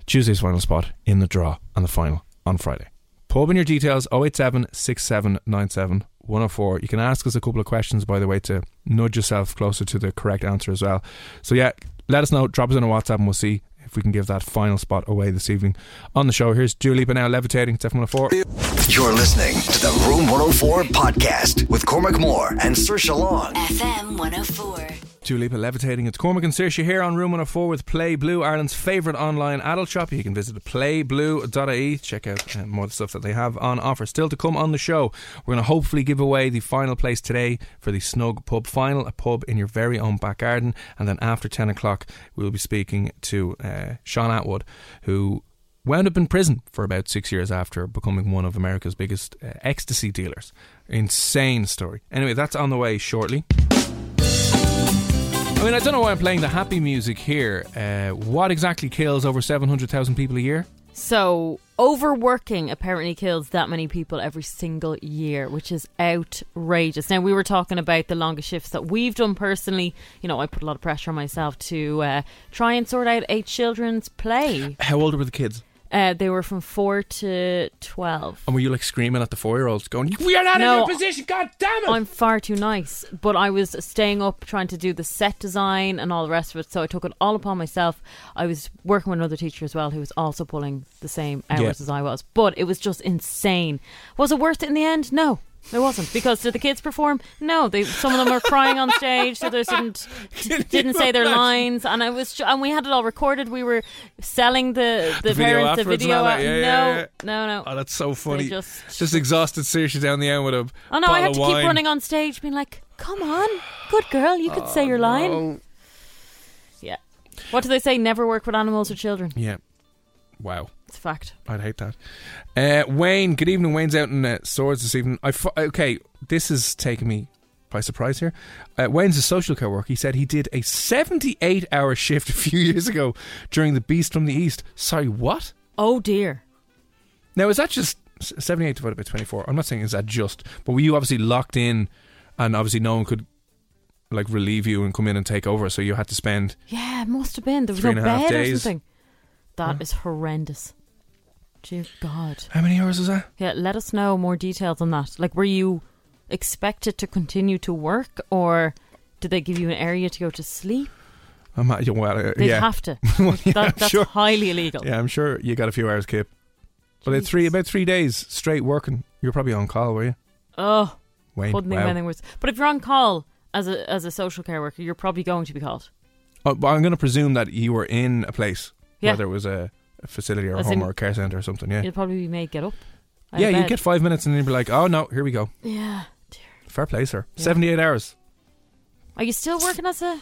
Speaker 4: Tuesday's final spot in the draw and the final on Friday. Pub in your details 087 67 97 104. You can ask us a couple of questions, by the way, to nudge yourself closer to the correct answer as well. So, yeah, Let us know. Drop us in a WhatsApp and we'll see if we can give that final spot away this evening on the show. Here's Julie now levitating. oh It's F104.
Speaker 2: You're listening to the Room 104 podcast with Cormac Moore and Sir Long.
Speaker 3: FM 104.
Speaker 4: Julie levitating. It's Cormac and Saoirse here on Room 104 with Play Blue, Ireland's favourite online adult shop. You can visit playblue.ie, check out uh, more of the stuff that they have on offer. Still to come on the show, we're going to hopefully give away the final place today for the Snug Pub Final, a pub in your very own back garden. And then after 10 o'clock, we'll be speaking to uh, Sean Atwood, who wound up in prison for about six years after becoming one of America's biggest uh, ecstasy dealers. Insane story. Anyway, that's on the way shortly. I mean, I don't know why I'm playing the happy music here. Uh, what exactly kills over 700,000 people a year?
Speaker 5: So, overworking apparently kills that many people every single year, which is outrageous. Now, we were talking about the longest shifts that we've done personally. You know, I put a lot of pressure on myself to uh, try and sort out a children's play.
Speaker 4: How old were the kids?
Speaker 5: Uh, they were from 4 to 12.
Speaker 4: And were you like screaming at the four year olds, going, We are not in
Speaker 5: No,
Speaker 4: your position, god damn it!
Speaker 5: I'm far too nice. But I was staying up trying to do the set design and all the rest of it. So I took it all upon myself. I was working with another teacher as well who was also pulling the same hours
Speaker 7: Yeah.
Speaker 5: as I was. But it was just insane. Was it worth it in the end? No. It wasn't because did the kids perform? No, they some of them were crying on stage,
Speaker 4: (laughs)
Speaker 5: so they didn't didn't say their
Speaker 7: imagine?
Speaker 5: lines, and I was ju- and we had it all recorded. We were selling the the,
Speaker 4: The video
Speaker 5: parents the
Speaker 4: afterwards and
Speaker 5: video.
Speaker 4: all that.
Speaker 5: out-
Speaker 4: Yeah,
Speaker 5: no,
Speaker 4: yeah, yeah.
Speaker 5: no, no.
Speaker 4: Oh, that's so funny.
Speaker 5: just-
Speaker 4: Just, exhausted Saoirse down the end with a.
Speaker 5: Oh no,
Speaker 4: bottle
Speaker 5: I had
Speaker 4: of
Speaker 5: to
Speaker 4: wine.
Speaker 5: keep running on stage, being like, "Come on, good girl, you could
Speaker 4: Oh,
Speaker 5: say your line." Yeah. What do they say? Never work with animals or children.
Speaker 4: Yeah. Wow.
Speaker 5: It's a fact.
Speaker 4: I'd hate that. Uh, Wayne, good evening. Wayne's out in uh, Swords this evening. I fu- okay, this has taken me by surprise here. Uh, Wayne's a social co-worker. He said he did a 78-hour shift a few (laughs) years ago during the Beast from the East. Sorry, what?
Speaker 5: Oh dear.
Speaker 4: Now, is that just s- 78 divided by 24? I'm not saying is that just, but were you obviously locked in and obviously no one could like relieve you and come in and take over, so you had to spend
Speaker 5: Yeah, it must have been. There was
Speaker 4: Three
Speaker 5: no
Speaker 4: and a half
Speaker 5: bed or
Speaker 4: days. Hmm.
Speaker 5: something. That is horrendous. Dear God.
Speaker 4: How many hours was that?
Speaker 5: Yeah, let us know more details on that. Like, were you expected to continue to work, or did they give you an area to go to sleep?
Speaker 4: I'm not, well, uh,
Speaker 5: They'd
Speaker 4: yeah.
Speaker 5: have to.
Speaker 4: (laughs) Well, yeah,
Speaker 5: That- that's
Speaker 4: sure.
Speaker 5: highly illegal.
Speaker 4: Yeah, I'm sure you got a few hours, Kip. But it's three about three days straight working. You were probably on call, were you?
Speaker 5: Oh,
Speaker 4: Wayne,
Speaker 5: couldn't think
Speaker 4: wow.
Speaker 5: of anything worse. But if you're on call as a as a social care worker, you're probably going to be called.
Speaker 4: Oh, but I'm going to presume that you were in a place,
Speaker 5: Yeah.
Speaker 4: whether it was a, a facility or a
Speaker 5: As
Speaker 4: home
Speaker 5: in-
Speaker 4: or a care centre or something. Yeah,
Speaker 5: You'll probably be made get up. out of
Speaker 4: yeah. You
Speaker 5: bed.
Speaker 4: get five minutes and then you'd be like, "Oh no, here we go."
Speaker 5: Yeah.
Speaker 4: Fair play, sir. Seventy-eight hours.
Speaker 5: Are you still working as a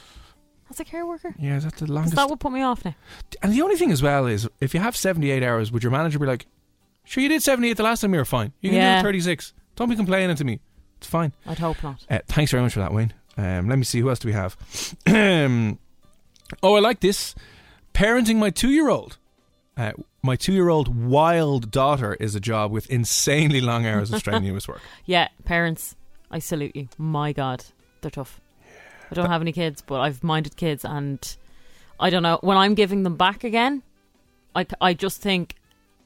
Speaker 5: as a care worker?
Speaker 4: Yeah, is that the
Speaker 5: 'Cause
Speaker 4: longest?
Speaker 5: that would put me off now.
Speaker 4: And the only thing as well is, if you have seventy-eight hours, would your manager be like, "Sure, you did seventy-eight the last time you were fine. You can
Speaker 5: Yeah.
Speaker 4: do thirty-six. Don't be complaining to me. It's fine."
Speaker 5: I'd hope not.
Speaker 4: Uh, thanks very much for that, Wayne. Um, let me see who else do we have. (clears throat) oh, I like this. Parenting my two-year-old. Uh, my two-year-old wild daughter is a job with insanely long hours of strenuous work.
Speaker 5: Yeah, parents, I salute you. My God, they're tough. I don't have any kids, but I've minded kids, and I don't know when I'm giving them back again. I, I just think,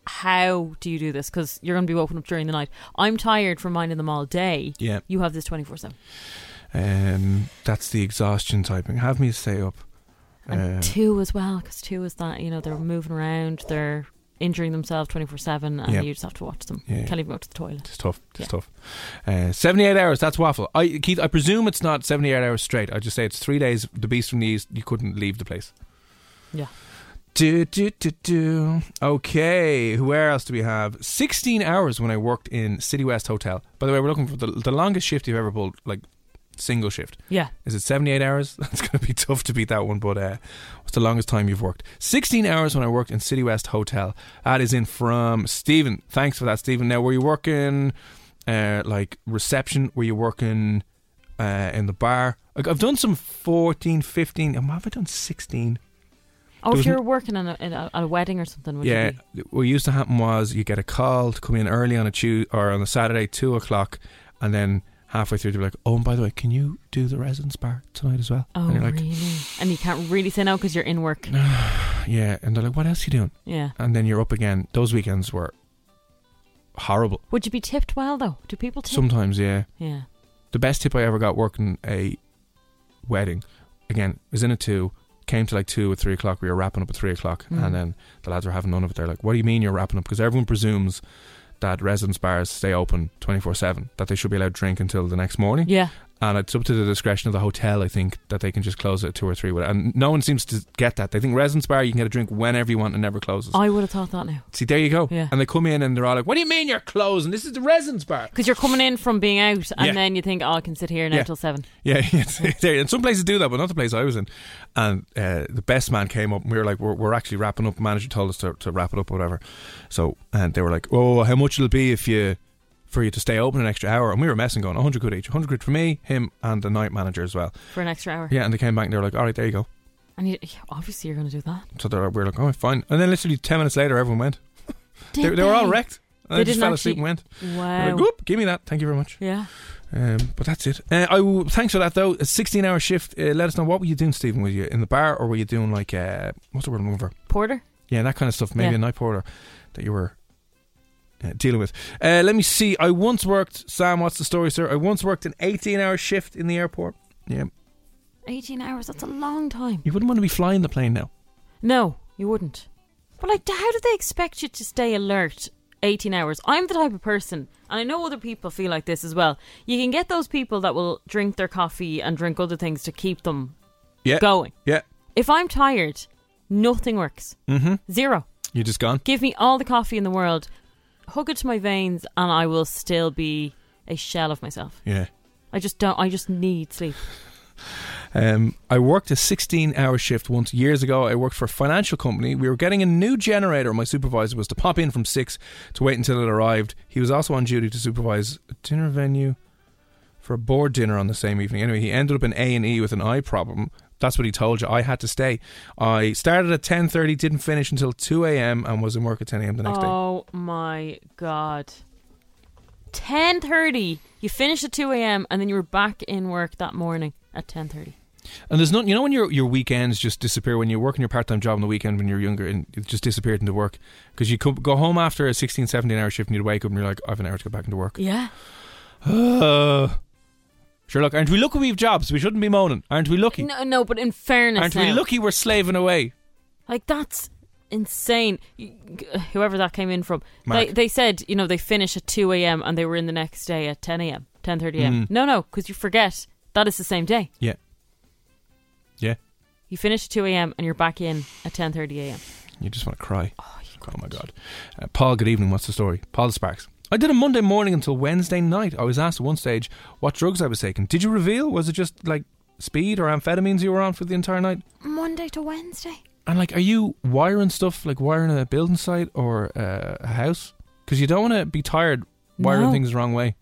Speaker 5: how do you do this? Because you're going to be woken up during the night. I'm tired from minding them all day.
Speaker 4: Yeah.
Speaker 5: you have this twenty four seven.
Speaker 4: Um, that's the exhaustion typing. Have me stay up. Uh,
Speaker 5: and two as well because two is that you know they're moving around they're injuring themselves 24-7 and
Speaker 4: Yeah.
Speaker 5: you just have to watch them
Speaker 4: Yeah.
Speaker 5: can't even go to the toilet
Speaker 4: It's tough. It's
Speaker 5: Yeah.
Speaker 4: tough. Uh, seventy-eight hours. That's waffle. I Keith. I presume it's not seventy-eight hours straight. I just say it's three days. The beast from the east. You couldn't leave the place.
Speaker 5: Yeah.
Speaker 4: Do do do do. Okay. Where else do we have? Sixteen hours when I worked in City West Hotel. By the way, we're looking for the, the longest shift you've ever pulled, like single shift.
Speaker 5: Yeah.
Speaker 4: Is it seventy-eight hours? (laughs) That's going to be tough to beat that one. But uh, what's the longest time you've worked? Sixteen hours when I worked in City West Hotel. That is in from Stephen. Thanks for that, Stephen. Now, were you working uh, like reception? Were you working uh, in the bar? Like, I've done some 14, 15. um, Have I done sixteen?
Speaker 5: oh
Speaker 4: There
Speaker 5: if
Speaker 4: was
Speaker 5: you're
Speaker 4: n-
Speaker 5: working in a, in a, at a wedding or something would
Speaker 4: yeah,
Speaker 5: you be?
Speaker 4: what used to happen was you get a call to come in early on a Tuesday or on a Saturday, two o'clock, and then halfway through they're like, "Oh, and by the way, can you do the residence bar tonight as well?"
Speaker 5: oh
Speaker 4: and you're like,
Speaker 5: really and you can't really say no because you're in work
Speaker 4: "Yeah," and they're like, "What else you doing?"
Speaker 5: Yeah.
Speaker 4: and then you're up again. Those weekends were horrible.
Speaker 5: would you be tipped well though do people tip
Speaker 4: Sometimes, yeah.
Speaker 5: Yeah.
Speaker 4: The best tip I ever got working a wedding, again, was in a two, came to like two or three o'clock. We were wrapping up at three o'clock,
Speaker 7: Mm.
Speaker 4: and then the lads were having none of it. They're like, "What do you mean you're wrapping up?" Because everyone presumes that residence bars stay open twenty four seven. That they should be allowed to drink until the next morning.
Speaker 5: Yeah.
Speaker 4: And it's up to the discretion of the hotel, I think, that they can just close it at two or three. And no one seems to get that. They think residence bar, you can get a drink whenever you want and never closes.
Speaker 5: I would have thought that now.
Speaker 4: See, there you go.
Speaker 5: Yeah.
Speaker 4: And they come in and they're all like, "What do you mean you're closing? This is the residence bar."
Speaker 5: Because you're coming in from being out, and
Speaker 4: Yeah.
Speaker 5: then you think, oh, I can sit here now
Speaker 4: Yeah.
Speaker 5: till seven.
Speaker 4: Yeah, (laughs) it's- it's there. and some places do that, but not the place I was in. And uh, the best man came up, and we were like, "We're, we're actually wrapping up." The manager told us to, to wrap it up, or whatever. So, and they were like, "Oh, how much it'll be if you for you to stay open an extra hour?" And we were messing, going, "100 quid each, 100 quid for me, him, and the night manager as well."
Speaker 5: For an extra hour.
Speaker 4: Yeah, and they came back and they were like, "All right, there you go."
Speaker 5: And you, yeah, obviously, you're going to do that.
Speaker 4: So they're, we were like, "Oh, fine." And then literally 10 minutes later, everyone went.
Speaker 5: Did
Speaker 4: they, were all
Speaker 5: they?
Speaker 4: wrecked. And
Speaker 5: They
Speaker 4: I just
Speaker 5: didn't
Speaker 4: fell asleep and went.
Speaker 5: actually-
Speaker 4: They're like,
Speaker 5: Wow.
Speaker 4: "Oop, give me that. Thank you very much.
Speaker 5: Yeah.
Speaker 4: Um, but that's it. Uh, I w- thanks for that though. A sixteen-hour shift. Uh, let us know what were you doing, Stephen? Were you in the bar or were you doing like uh, what's the word I'm looking for?
Speaker 5: Porter?
Speaker 4: Yeah, that kind of stuff. Maybe
Speaker 5: Yeah.
Speaker 4: a night porter that you were uh, dealing with. Uh, let me see. I once worked. Sam, what's the story, sir? I once worked an eighteen-hour shift in the airport. Yeah,
Speaker 5: 18 hours, that's a long time.
Speaker 4: you wouldn't want to be flying the plane now.
Speaker 5: No, you wouldn't. But like, how do they expect you to stay alert 18 hours? I'm the type of person, and I know other people feel like this as well. You can get those people that will drink their coffee and drink other things to keep them
Speaker 4: Yeah,
Speaker 5: going.
Speaker 4: Yeah.
Speaker 5: If I'm tired, nothing works.
Speaker 4: Mm-hmm.
Speaker 5: Zero.
Speaker 4: You're just gone.
Speaker 5: Give me all the coffee in the world, hug it to my veins, and I will still be a shell of myself.
Speaker 4: Yeah.
Speaker 5: I just don't. I just need sleep.
Speaker 4: Um, I worked a 16 hour shift once years ago. I worked for a financial company. We were getting a new generator. My supervisor was to pop in from 6 to wait until it arrived. He was also on duty to supervise a dinner venue for a board dinner on the same evening. Anyway, he ended up in A&E with an eye problem. That's what he told you. I had to stay. I started at 10:30, didn't finish until 2 a.m. and was in work at 10 a.m. the next day.
Speaker 5: oh my god. Ten thirty. You finished at two a.m. and then you were back in work that morning at ten thirty.
Speaker 4: And there's not, you know, when your your weekends just disappear when you're working your part time job on the weekend when you're younger and it just disappeared into work because you come, go home after a 16, 17 hour shift and you'd wake up and you're like, I have an hour to go back into work. (sighs)
Speaker 5: Yeah.
Speaker 4: Uh, sure, look, aren't we lucky we have jobs? We shouldn't be moaning. Aren't we lucky?
Speaker 5: No, no. But in fairness,
Speaker 4: aren't we
Speaker 5: now,
Speaker 4: lucky we're slaving away?
Speaker 5: Like that's insane. You- g- Whoever that came in from,
Speaker 4: Mark.
Speaker 5: they they said you know they finish at two a.m. and they were in the next day at ten a.m. ten thirty a.m.
Speaker 4: Mm.
Speaker 5: No, no, because you forget that is the same day.
Speaker 4: Yeah. Yeah.
Speaker 5: You finish at two a.m. and you're back in at ten thirty a.m.
Speaker 4: You just want to cry. Oh, my God. Uh, Paul, good evening. What's the story? Paul Sparks. I did a Monday morning until Wednesday night. I was asked at one stage what drugs I was taking. Did you reveal? Was it just like speed or amphetamines you were on for the entire night?
Speaker 5: Monday to Wednesday.
Speaker 4: And like, are you wiring stuff like wiring a building site or uh, a house? Because you don't want to be tired wiring
Speaker 5: No.
Speaker 4: things the wrong way.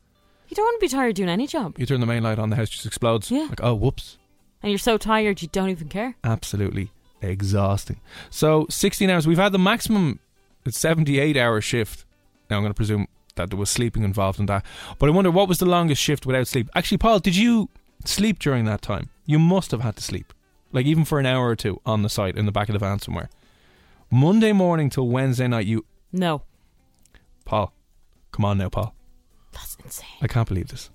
Speaker 5: You don't want to be tired doing any job,
Speaker 4: You turn the main light on, the house just explodes.
Speaker 5: Yeah.
Speaker 4: Like, oh, whoops.
Speaker 5: and you're so tired you don't even care.
Speaker 4: Absolutely exhausting. So, 16 hours. We've had the maximum 78 hour shift. Now, I'm going to presume that there was sleeping involved in that. But I wonder what was the longest shift without sleep? Actually, Paul, did you sleep during that time? You must have had to sleep. Like, even for an hour or two on the site in the back of the van somewhere. Monday morning till Wednesday night, you.
Speaker 5: No,
Speaker 4: Paul, come on now, Paul.
Speaker 5: that's insane.
Speaker 4: I can't believe this.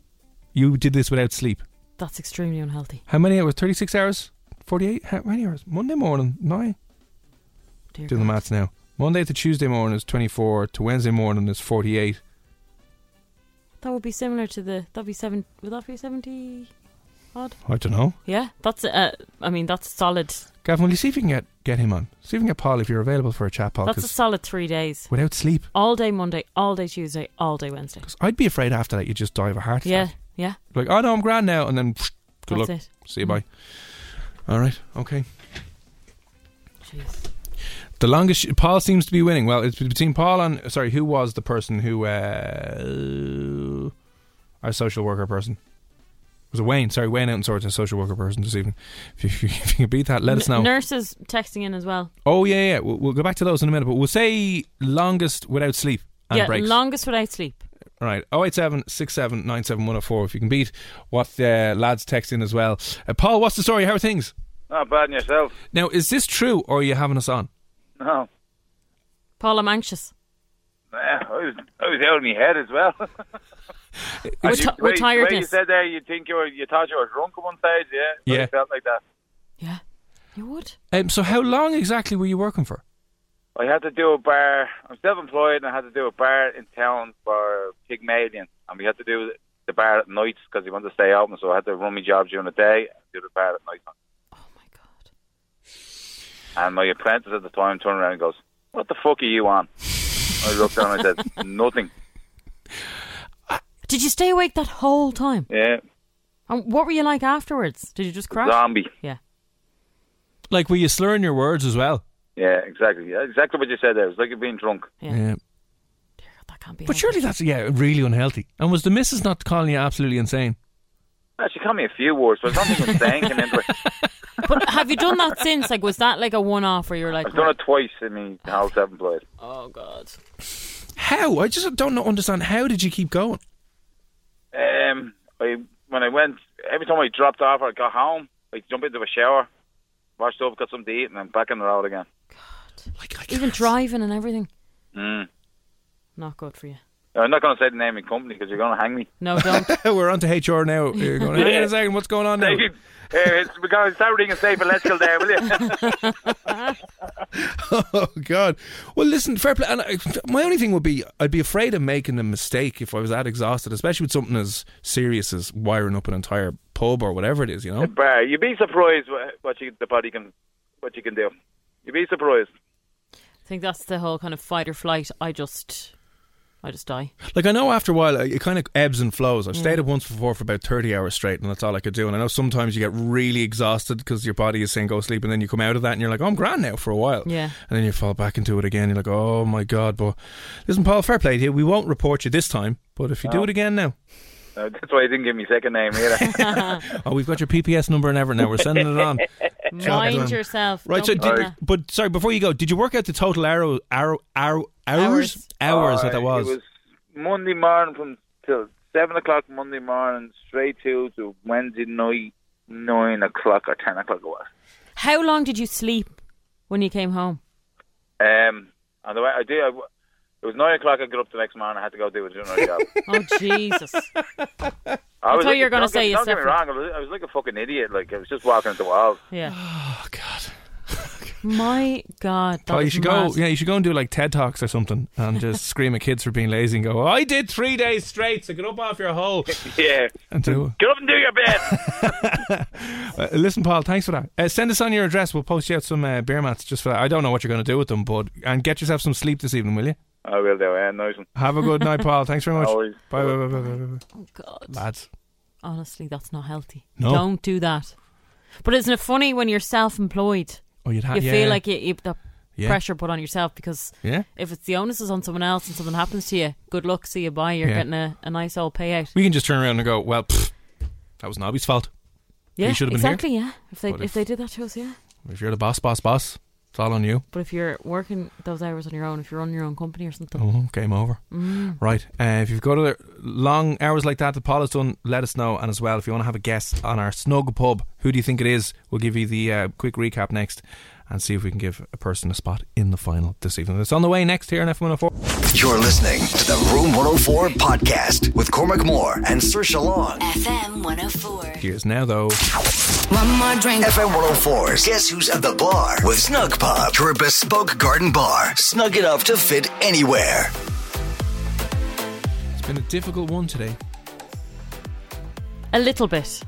Speaker 4: You did this without sleep.
Speaker 5: That's extremely unhealthy.
Speaker 4: How many hours? 36 hours? 48? How many hours? Monday morning, nine.
Speaker 5: Dear
Speaker 4: Doing the
Speaker 5: God.
Speaker 4: maths now. Monday to Tuesday morning is 24, to Wednesday morning is 48.
Speaker 5: That would be similar to the. That'd be seven. Would that be seventy odd?
Speaker 4: I don't know.
Speaker 5: Yeah, that's. Uh, I mean, that's solid.
Speaker 4: Gavin, will you see if you can get, get him on? See if you can get Paul if you're available for a chat, Paul.
Speaker 5: That's a
Speaker 4: 'cause
Speaker 5: solid three days.
Speaker 4: without sleep.
Speaker 5: All day Monday, all day Tuesday, all day Wednesday.
Speaker 4: I'd be afraid after that you'd just die of a heart
Speaker 5: Yeah,
Speaker 4: attack.
Speaker 5: yeah.
Speaker 4: Like, oh no, I'm grand now. And then, good
Speaker 5: That's
Speaker 4: luck.
Speaker 5: it.
Speaker 4: See you,
Speaker 5: Mm.
Speaker 4: bye. All right, okay.
Speaker 5: Jeez.
Speaker 4: The longest. Sh- Paul seems to be winning. Well, it's between Paul and. Sorry, who was the person who. Uh, our social worker person? Was it Wayne? Sorry, Wayne out and sorted a social worker person this evening. If you, if you, (laughs) if you can beat that, let us know.
Speaker 5: N- nurses texting in as well.
Speaker 4: Oh yeah, yeah. We'll, we'll go back to those in a minute, but we'll say longest without sleep and
Speaker 5: yeah,
Speaker 4: breaks.
Speaker 5: longest without sleep.
Speaker 4: All right, oh eight seven six seven nine seven one zero four. If you can beat what the lads text in as well. Uh, Paul, what's the story? How are things?
Speaker 8: Not bad in yourself.
Speaker 4: Now, is this true, or are you having us on?
Speaker 8: No.
Speaker 5: Paul, I'm anxious.
Speaker 8: Nah, I was, I was out of my head as well. (laughs)
Speaker 5: With,
Speaker 8: You-
Speaker 5: ti- with
Speaker 8: the way- the way you
Speaker 5: tiredness.
Speaker 8: said there, you think you were, you thought you were drunk at one stage, yeah?
Speaker 4: Yeah.
Speaker 8: It felt like that.
Speaker 5: Yeah. You would?
Speaker 4: Um, so how long exactly were you working for?
Speaker 8: I had to do a bar. I'm self-employed, and I had to do a bar in town for Pygmalion, and we had to do the bar at nights because he wanted to stay open. So I had to run my job during the day and do the bar at night. Oh my god! And my apprentice at the time turned around and goes, "What the fuck are you on?" I looked down and I said, "Nothing."
Speaker 5: Did you stay awake that whole time?
Speaker 8: Yeah,
Speaker 5: And what were you like afterwards? Did you just crash?
Speaker 8: zombie.
Speaker 5: Yeah.
Speaker 4: Like, were you slurring your words as well?
Speaker 8: Yeah, exactly. Yeah, exactly what you said there. It's like you're being drunk.
Speaker 5: Yeah.
Speaker 4: But surely that's yeah, really unhealthy. And was the missus not calling you absolutely insane?
Speaker 8: Ah, She called me a few words, but I don't think saying came into it.
Speaker 5: But have you done that since? Like, was that like a one-off where you were like,
Speaker 8: I've done it twice in me whole seven plays.
Speaker 5: oh god?
Speaker 4: How? I just don't know, understand. How did you keep going?
Speaker 8: Um, I when I went, every time I dropped off or I got home, I jump into a shower, washed up, got something to eat, and I'm back on the road again.
Speaker 5: Even driving and everything.
Speaker 8: Mm.
Speaker 5: Not good for you.
Speaker 8: I'm not going to say the name of the company because you're going to hang me.
Speaker 5: No, don't.
Speaker 4: (laughs)
Speaker 5: (laughs)
Speaker 4: We're on to HR now. You're going, Hang on a second, what's going on now?
Speaker 8: Hey, Uh, it's because start ringing safe electrical there, will you?
Speaker 4: (laughs) oh God! Well, listen, fair play. And I, my only thing would be, I'd be afraid of making a mistake if I was that exhausted, especially with something as serious as wiring up an entire pub or whatever it is. You know,
Speaker 8: (laughs) Bar, you'd be surprised wha- what you, the body can, what you can do. You'd be surprised.
Speaker 5: I think that's the whole kind of fight or flight. I just, I just die.
Speaker 4: like I know after a while uh, it kind of ebbs and flows. I've stayed at once before for about thirty hours straight, and that's all I could do. And I know sometimes you get really exhausted because your body is saying go sleep, and then you come out of that and you're like, oh, I'm grand now for a while.
Speaker 5: Yeah.
Speaker 4: And then you fall back into it again. You're like, oh my God! But listen, Paul, fair play to you. We won't report you this time, but if you do
Speaker 8: No.
Speaker 4: it again now.
Speaker 8: Uh, that's why I didn't give me second name either.
Speaker 4: Oh, we've got your PPS number and everything now. We're sending it on.
Speaker 5: Mind
Speaker 4: Job done.
Speaker 5: yourself.
Speaker 4: Right. So,
Speaker 5: Don't do
Speaker 4: did,
Speaker 5: that.
Speaker 4: but sorry, before you go, did you work out the total arrow, arrow, arrow hours? Hours. what that
Speaker 8: Uh,
Speaker 4: was.
Speaker 8: It was Monday morning from till seven o'clock Monday morning straight to to Wednesday night nine o'clock or ten o'clock it was.
Speaker 5: How long did you sleep when you came home?
Speaker 8: Um, and the way I did, I, w- it was nine o'clock. I got up the next morning. I had to go do a general job.
Speaker 4: (laughs)
Speaker 5: Oh Jesus!
Speaker 8: I was
Speaker 5: thought you were gonna
Speaker 8: like- don't
Speaker 5: say
Speaker 8: get- Don't get me
Speaker 5: yourself.
Speaker 8: wrong. I was, I was like a fucking idiot. Like I was just walking into the walls.
Speaker 5: Yeah. Oh God. My God. That
Speaker 4: Oh, you
Speaker 5: was
Speaker 4: should
Speaker 5: mad.
Speaker 4: go. Yeah, you should go and do like TED talks or something, and (laughs) just scream at kids for being lazy and go. I did three days straight, so get up off your hole
Speaker 8: Yeah,
Speaker 4: and do.
Speaker 8: get up and do your bed.
Speaker 4: it. Uh, listen, Paul, thanks for that. Uh, send us on your address. We'll post you out some uh, beer mats just for that. I don't know what you're going to do with them, but and get yourself some sleep this evening, will you?
Speaker 8: (laughs) I will do. Yeah, nice one.
Speaker 4: Have a good night, (laughs) Paul. Thanks very much.
Speaker 8: Always.
Speaker 4: Bye, bye, bye, bye, bye, bye,
Speaker 5: Oh God.
Speaker 4: bye. lads.
Speaker 5: Honestly, that's not healthy.
Speaker 4: No.
Speaker 5: Don't do that. But isn't it funny when you're self-employed?
Speaker 4: Oh, you'd ha-
Speaker 5: you
Speaker 4: yeah,
Speaker 5: feel
Speaker 4: yeah.
Speaker 5: like you, you the
Speaker 4: Yeah.
Speaker 5: pressure put on yourself because
Speaker 4: Yeah.
Speaker 5: if it's the onus is on someone else and something happens to you, good luck, see you bye. You're
Speaker 4: Yeah.
Speaker 5: getting a, a nice old payout.
Speaker 4: We can just turn around and go. Well, pfft, that was Nobby's fault.
Speaker 5: Yeah,
Speaker 4: you should have been here.
Speaker 5: exactly. Yeah, if they
Speaker 4: But
Speaker 5: if,
Speaker 4: if-
Speaker 5: they did that to us, yeah.
Speaker 4: If you're the boss, boss, boss, it's all on you.
Speaker 5: But if you're working those hours on your own, if you're on your own company or something,
Speaker 4: Oh, game over.
Speaker 5: Mm.
Speaker 4: Right. Uh, if you've got other long hours like that that Paul has done, let us know. And as well, if you want to have a guess on our snug pub, who do you think it is? We'll give you the uh, quick recap next and see if we can give a person a spot in the final this evening. It's on the way next here on F104.
Speaker 2: You're listening to the Room 104 podcast with Cormac Moore and Sir Long.
Speaker 3: FM 104.
Speaker 4: Here's now, though.
Speaker 3: One more drink.
Speaker 2: FM 104's Guess Who's at the Bar with Snug Pub, your bespoke garden bar. Snug it up to fit anywhere.
Speaker 4: It's been a difficult one today.
Speaker 5: a little bit.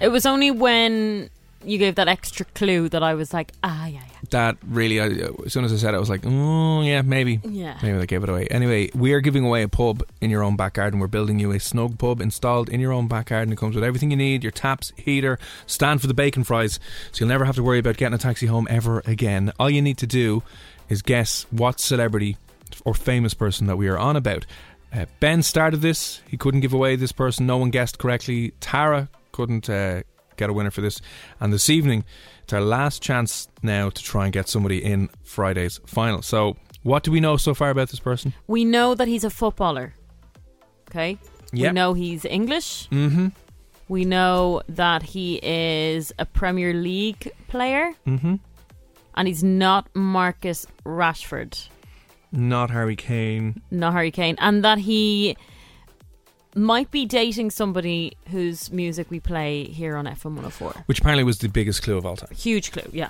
Speaker 5: It was only when you gave that extra clue that I was like, ah, yeah, yeah.
Speaker 4: That really, I, as soon as I said it, I was like, oh, yeah, maybe.
Speaker 5: Yeah.
Speaker 4: Maybe they gave it away. Anyway, we are giving away a pub in your own backyard, and we're building you a snug pub installed in your own backyard, and it comes with everything you need your taps, heater, stand for the bacon fries, so you'll never have to worry about getting a taxi home ever again. All you need to do is guess what celebrity or famous person that we are on about. Uh, ben started this, he couldn't give away this person, no one guessed correctly. Tara couldn't. Uh, Get a winner for this. And this evening, it's our last chance now to try and get somebody in Friday's final. So, what do we know so far about this person?
Speaker 5: We know that he's a footballer. Okay. We
Speaker 4: Yep.
Speaker 5: know he's English.
Speaker 4: Mm-hmm.
Speaker 5: We know that he is a Premier League player,
Speaker 4: Mm-hmm.
Speaker 5: and he's not Marcus Rashford,
Speaker 4: Not Harry Kane.
Speaker 5: not Harry Kane, and that he might be dating somebody whose music we play here on FM 104.
Speaker 4: Which apparently was the biggest clue of all time.
Speaker 5: Huge clue, yeah.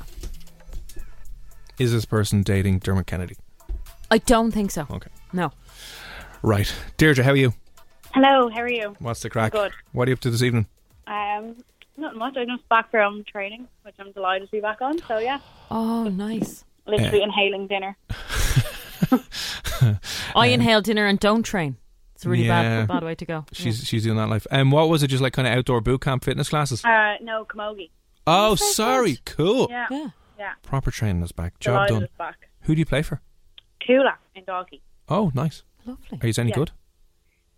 Speaker 4: Is this person dating Dermot Kennedy?
Speaker 5: I don't think so.
Speaker 4: Okay.
Speaker 5: No.
Speaker 4: Right. Deirdre, how are you?
Speaker 6: Hello, how are you?
Speaker 4: What's the crack?
Speaker 6: Good.
Speaker 4: What are you up to this evening? (laughs)
Speaker 6: Um, not much. I'm just back from training, which I'm delighted to be back on. So yeah,
Speaker 5: Oh, nice.
Speaker 6: literally
Speaker 4: Yeah.
Speaker 6: inhaling dinner.
Speaker 5: I inhale dinner and don't train. It's a really
Speaker 4: Yeah.
Speaker 5: bad, bad way to go.
Speaker 4: She's she's doing that life. And um, what was it? Just like kind of outdoor boot camp fitness classes?
Speaker 6: Uh, no, camogie.
Speaker 4: oh, sorry. Cool.
Speaker 6: Yeah, yeah.
Speaker 4: Proper training is back. Job
Speaker 6: Delighted
Speaker 4: done.
Speaker 6: it's back.
Speaker 4: Who do you play for?
Speaker 6: Tula in doggy.
Speaker 4: Oh, nice.
Speaker 5: Lovely.
Speaker 4: Are you any
Speaker 6: Yeah.
Speaker 4: good?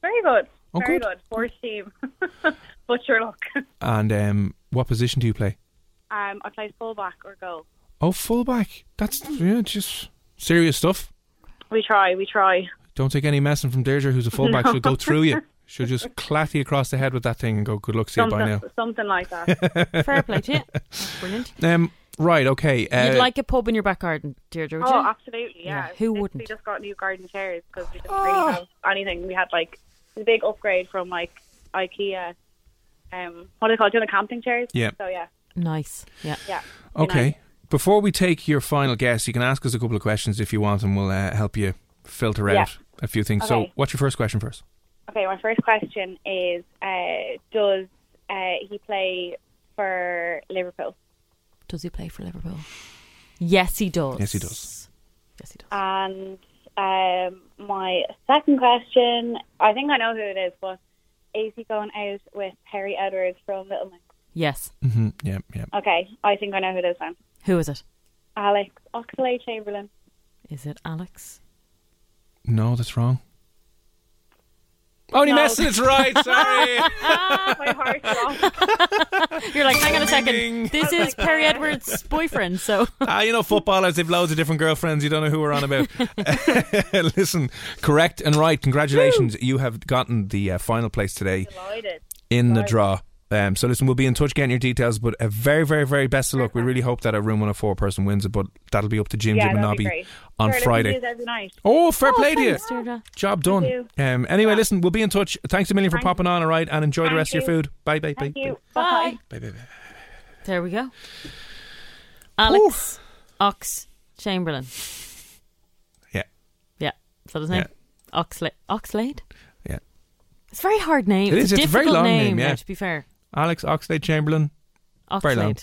Speaker 6: Very good.
Speaker 4: Oh,
Speaker 6: Very
Speaker 4: good.
Speaker 6: good. Horse team. (laughs) but your luck.
Speaker 4: And um, what position do you play?
Speaker 6: Um, I play fullback or goal.
Speaker 4: Oh, fullback. That's yeah, just serious stuff.
Speaker 6: We try. We try.
Speaker 4: Don't take any messing from Deirdre, who's a fullback.
Speaker 6: No.
Speaker 4: She'll go through you. She'll just clat you across the head with that thing and go, good luck, see you
Speaker 6: Something,
Speaker 4: by now.
Speaker 6: (laughs) something like
Speaker 4: (laughs)
Speaker 6: that.
Speaker 5: Fair play to you. That's brilliant.
Speaker 4: Um, right, okay. Uh,
Speaker 5: You'd like a pub in your back garden, Deirdre, would
Speaker 6: oh,
Speaker 5: you?
Speaker 6: absolutely.
Speaker 5: Yeah,
Speaker 6: Yeah.
Speaker 5: who
Speaker 6: Since We
Speaker 5: wouldn't?
Speaker 6: just got new garden chairs because we didn't
Speaker 4: Ah.
Speaker 6: really have anything. We had like a big upgrade from like IKEA. Um, what do they call it? Do you know, camping chairs?
Speaker 4: Yeah.
Speaker 6: So yeah,
Speaker 5: Nice. Yeah.
Speaker 6: yeah.
Speaker 4: okay. Before we take your final guess, you can ask us a couple of questions if you want, and we'll uh, help you filter
Speaker 6: Yeah.
Speaker 4: out a few things. So,
Speaker 6: Okay.
Speaker 4: what's your first question first?
Speaker 6: Okay, my first question is: uh, Does uh, he play for Liverpool?
Speaker 5: Does he play for Liverpool? Yes, he does.
Speaker 4: Yes, he does.
Speaker 5: Yes, he does.
Speaker 6: And um, my second question, I think I know who it is, but is he going out with Harry Edwards from Little Mix?
Speaker 5: Yes.
Speaker 4: Mm-hmm. Yeah, yeah.
Speaker 6: Okay, I think I know who it is then.
Speaker 5: Who is it?
Speaker 6: Alex Oxley Chamberlain.
Speaker 5: Is it Alex?
Speaker 4: No, that's wrong. Oh, Only
Speaker 6: No.
Speaker 4: messing, it's right. Sorry.
Speaker 6: (laughs) my heart dropped.
Speaker 5: You're like, hang on a
Speaker 4: Ding.
Speaker 5: second. This is Perry Edwards' boyfriend, (laughs) so
Speaker 4: Ah, you know, footballers, they've loads of different girlfriends. You don't know who we're on about. (laughs) Listen, correct and right. Congratulations. You have gotten the uh, final place today
Speaker 6: Delighted.
Speaker 4: in the draw. Um, so listen, we'll be in touch getting your details, but a very, very, very best of luck. We really hope that a room 104 person wins it, but that'll be up to Jim
Speaker 6: Yeah,
Speaker 4: Jim and
Speaker 6: that'd be
Speaker 4: Nobby
Speaker 6: great.
Speaker 4: on
Speaker 6: Sure, I listen to
Speaker 4: Friday.
Speaker 6: yous Every night.
Speaker 4: Oh, fair play to you.
Speaker 5: thanks, Deirdre.
Speaker 4: Job done.
Speaker 6: you.
Speaker 4: Um, anyway, listen, we'll be in touch. Thanks a million for
Speaker 6: Thank
Speaker 4: popping on, all right? And enjoy the
Speaker 6: Thank
Speaker 4: rest of
Speaker 6: you.
Speaker 4: your food. Bye, bye, bye.
Speaker 6: Thank you.
Speaker 4: bye.
Speaker 6: Bye.
Speaker 4: Bye, bye, bye.
Speaker 5: There we go. Alex Ox Chamberlain.
Speaker 4: Yeah,
Speaker 5: Yeah, is that his name? Oxla- Oxlade.
Speaker 4: yeah.
Speaker 5: It's a very hard name.
Speaker 4: It
Speaker 5: it's
Speaker 4: is,
Speaker 5: A
Speaker 4: it's a very
Speaker 5: difficult
Speaker 4: long name,
Speaker 5: now,
Speaker 4: yeah.
Speaker 5: to be fair,
Speaker 4: Alex Oxlade Chamberlain.
Speaker 5: Oxlade.
Speaker 4: Very long.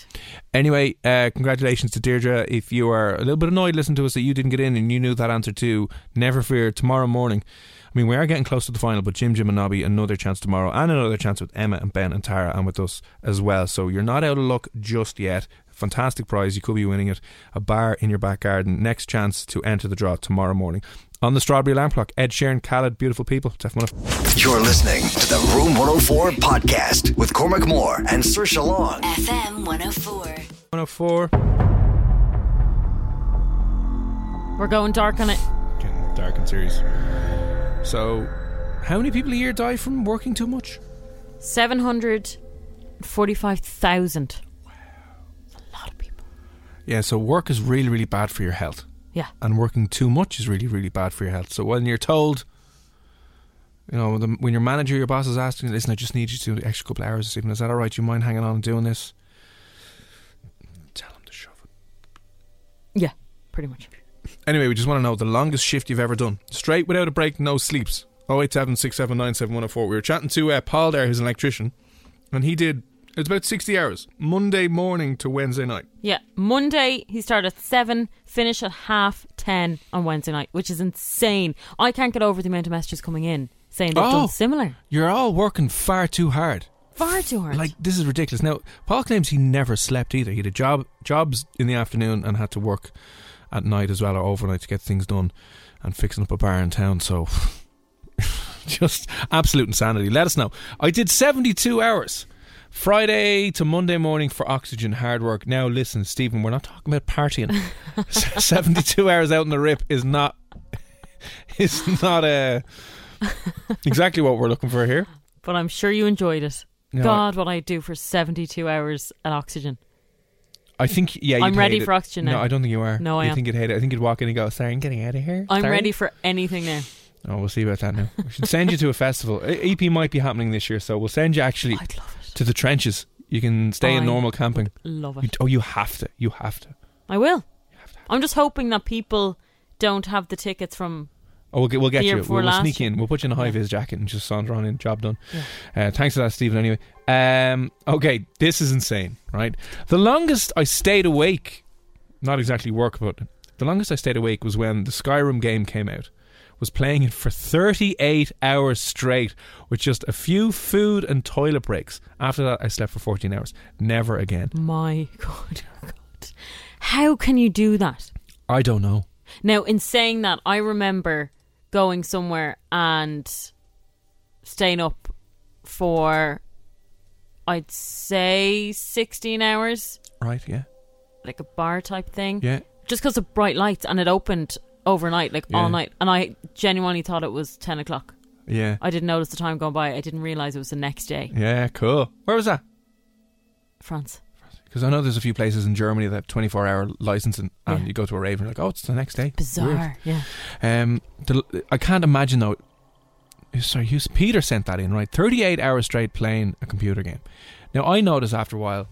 Speaker 4: Anyway, uh, congratulations to Deirdre. If you are a little bit annoyed listening to us that you didn't get in and you knew that answer too, never fear. Tomorrow morning, I mean, we are getting close to the final, but Jim, Jim, and Nobby, another chance tomorrow, and another chance with Emma and Ben and Tara and with us as well. So you're not out of luck just yet. Fantastic prize. You could be winning it. A bar in your back garden. Next chance to enter the draw tomorrow morning. On the Strawberry Alarm Clock, Ed Sheeran, Khaled, Beautiful People. It's F1.
Speaker 2: You're listening to the Room 104 podcast with Cormac Moore and Sir Long.
Speaker 3: FM 104.
Speaker 4: 104.
Speaker 5: We're going dark on it.
Speaker 4: Getting dark and serious. So, how many people a year die from working too much?
Speaker 5: Seven hundred forty-five thousand. A lot of people.
Speaker 4: Yeah, so work is really, really bad for your health.
Speaker 5: Yeah.
Speaker 4: And working too much is really, really bad for your health. So when you're told, you know, the, when your manager, your boss is asking, listen, I just need you to do an extra couple of hours this evening. Is that all right? Do you mind hanging on and doing this? Tell him to shove it.
Speaker 5: Yeah, pretty much.
Speaker 4: Anyway, we just want to know the longest shift you've ever done. Straight without a break, no sleeps. 087 679 7104. We were chatting to uh, Paul there, who's an electrician, and he did, it was about 60 hours, Monday morning to Wednesday night.
Speaker 5: Yeah, Monday he started at seven, finish at half ten on Wednesday night, which is insane. I can't get over the amount of messages coming in saying they've
Speaker 4: Oh.
Speaker 5: done similar.
Speaker 4: You're all working far too hard.
Speaker 5: Far too hard.
Speaker 4: Like this is ridiculous. Now Paul claims he never slept either. He had a job jobs in the afternoon and had to work at night as well or overnight to get things done and fixing up a bar in town. So (laughs) just absolute insanity. Let us know. I did seventy two hours. Friday to Monday morning for oxygen hard work. Now listen, Stephen, we're not talking about partying. seventy two hours out in the rip is not (laughs) is not uh, exactly what we're looking for here.
Speaker 5: but I'm sure you enjoyed it.
Speaker 4: No,
Speaker 5: God, what I do for 72 hours at Oxygen.
Speaker 4: I think yeah.
Speaker 5: I'm
Speaker 4: you'd
Speaker 5: ready
Speaker 4: hate it.
Speaker 5: for oxygen
Speaker 4: No,
Speaker 5: now.
Speaker 4: I don't think you are.
Speaker 5: No, I
Speaker 4: you
Speaker 5: am.
Speaker 4: think you'd hate it. I think you'd walk in and go, "Sorry, I'm getting out of here."
Speaker 5: I'm
Speaker 4: Sorry."
Speaker 5: ready for anything now.
Speaker 4: Oh, we'll see about that now. We should send you to a festival. E- EP might be happening this year, so we'll send you actually to the trenches. You can stay in
Speaker 5: I
Speaker 4: normal camping.
Speaker 5: love
Speaker 4: You-
Speaker 5: it.
Speaker 4: oh, you have to. You have to.
Speaker 5: I will. I'm just hoping that people don't have the tickets from.
Speaker 4: Oh, we'll get, we'll get
Speaker 5: the year
Speaker 4: you.
Speaker 5: before
Speaker 4: We'll, we'll
Speaker 5: last
Speaker 4: sneak in. We'll put you in a high vis jacket and just saunter on in. Job done. Uh, thanks for that, Stephen. Anyway, um, okay, this is insane, right? The longest I stayed awake, not exactly work, but the longest I stayed awake was when the Skyrim game came out. Was playing it for 38 hours straight with just a few food and toilet breaks. After that, I slept for 14 hours. Never again.
Speaker 5: My (laughs) God, oh God. How can you do that?
Speaker 4: I don't know.
Speaker 5: Now, in saying that, I remember going somewhere and staying up for, I'd say, 16 hours,
Speaker 4: Right? Yeah.
Speaker 5: like a bar type thing.
Speaker 4: Yeah.
Speaker 5: Just because of bright lights and it opened overnight, like
Speaker 4: Yeah.
Speaker 5: all night. And I genuinely thought it was 10 o'clock.
Speaker 4: Yeah.
Speaker 5: I didn't notice the time going by. I didn't realize it was the next day.
Speaker 4: Yeah, cool. Where was that?
Speaker 5: France.
Speaker 4: Because I know there's a few places in Germany that have 24 hour licensing, and you go to a rave and you're like, oh, it's the next day.
Speaker 5: Bizarre. Yeah.
Speaker 4: Weird. Um, the, I can't imagine though. Sorry, Hughes, Peter sent that in right. 38 hours straight playing a computer game. Now I notice after a while,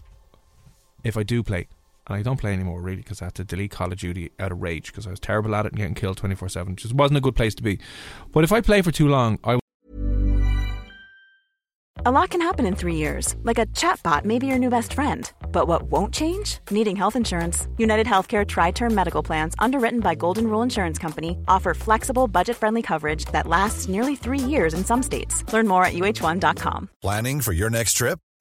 Speaker 4: if I do play, and I don't play anymore really because I had to delete Call of Duty out of rage because I was terrible at it and getting killed 24 seven. Just wasn't a good place to be. But if I play for too long, I
Speaker 7: A lot can happen in three years, like a chatbot may be your new best friend. But what won't change? Needing health insurance. United Healthcare Tri Term Medical Plans, underwritten by Golden Rule Insurance Company, offer flexible, budget friendly coverage that lasts nearly three years in some states. Learn more at uh1.com.
Speaker 9: Planning for your next trip?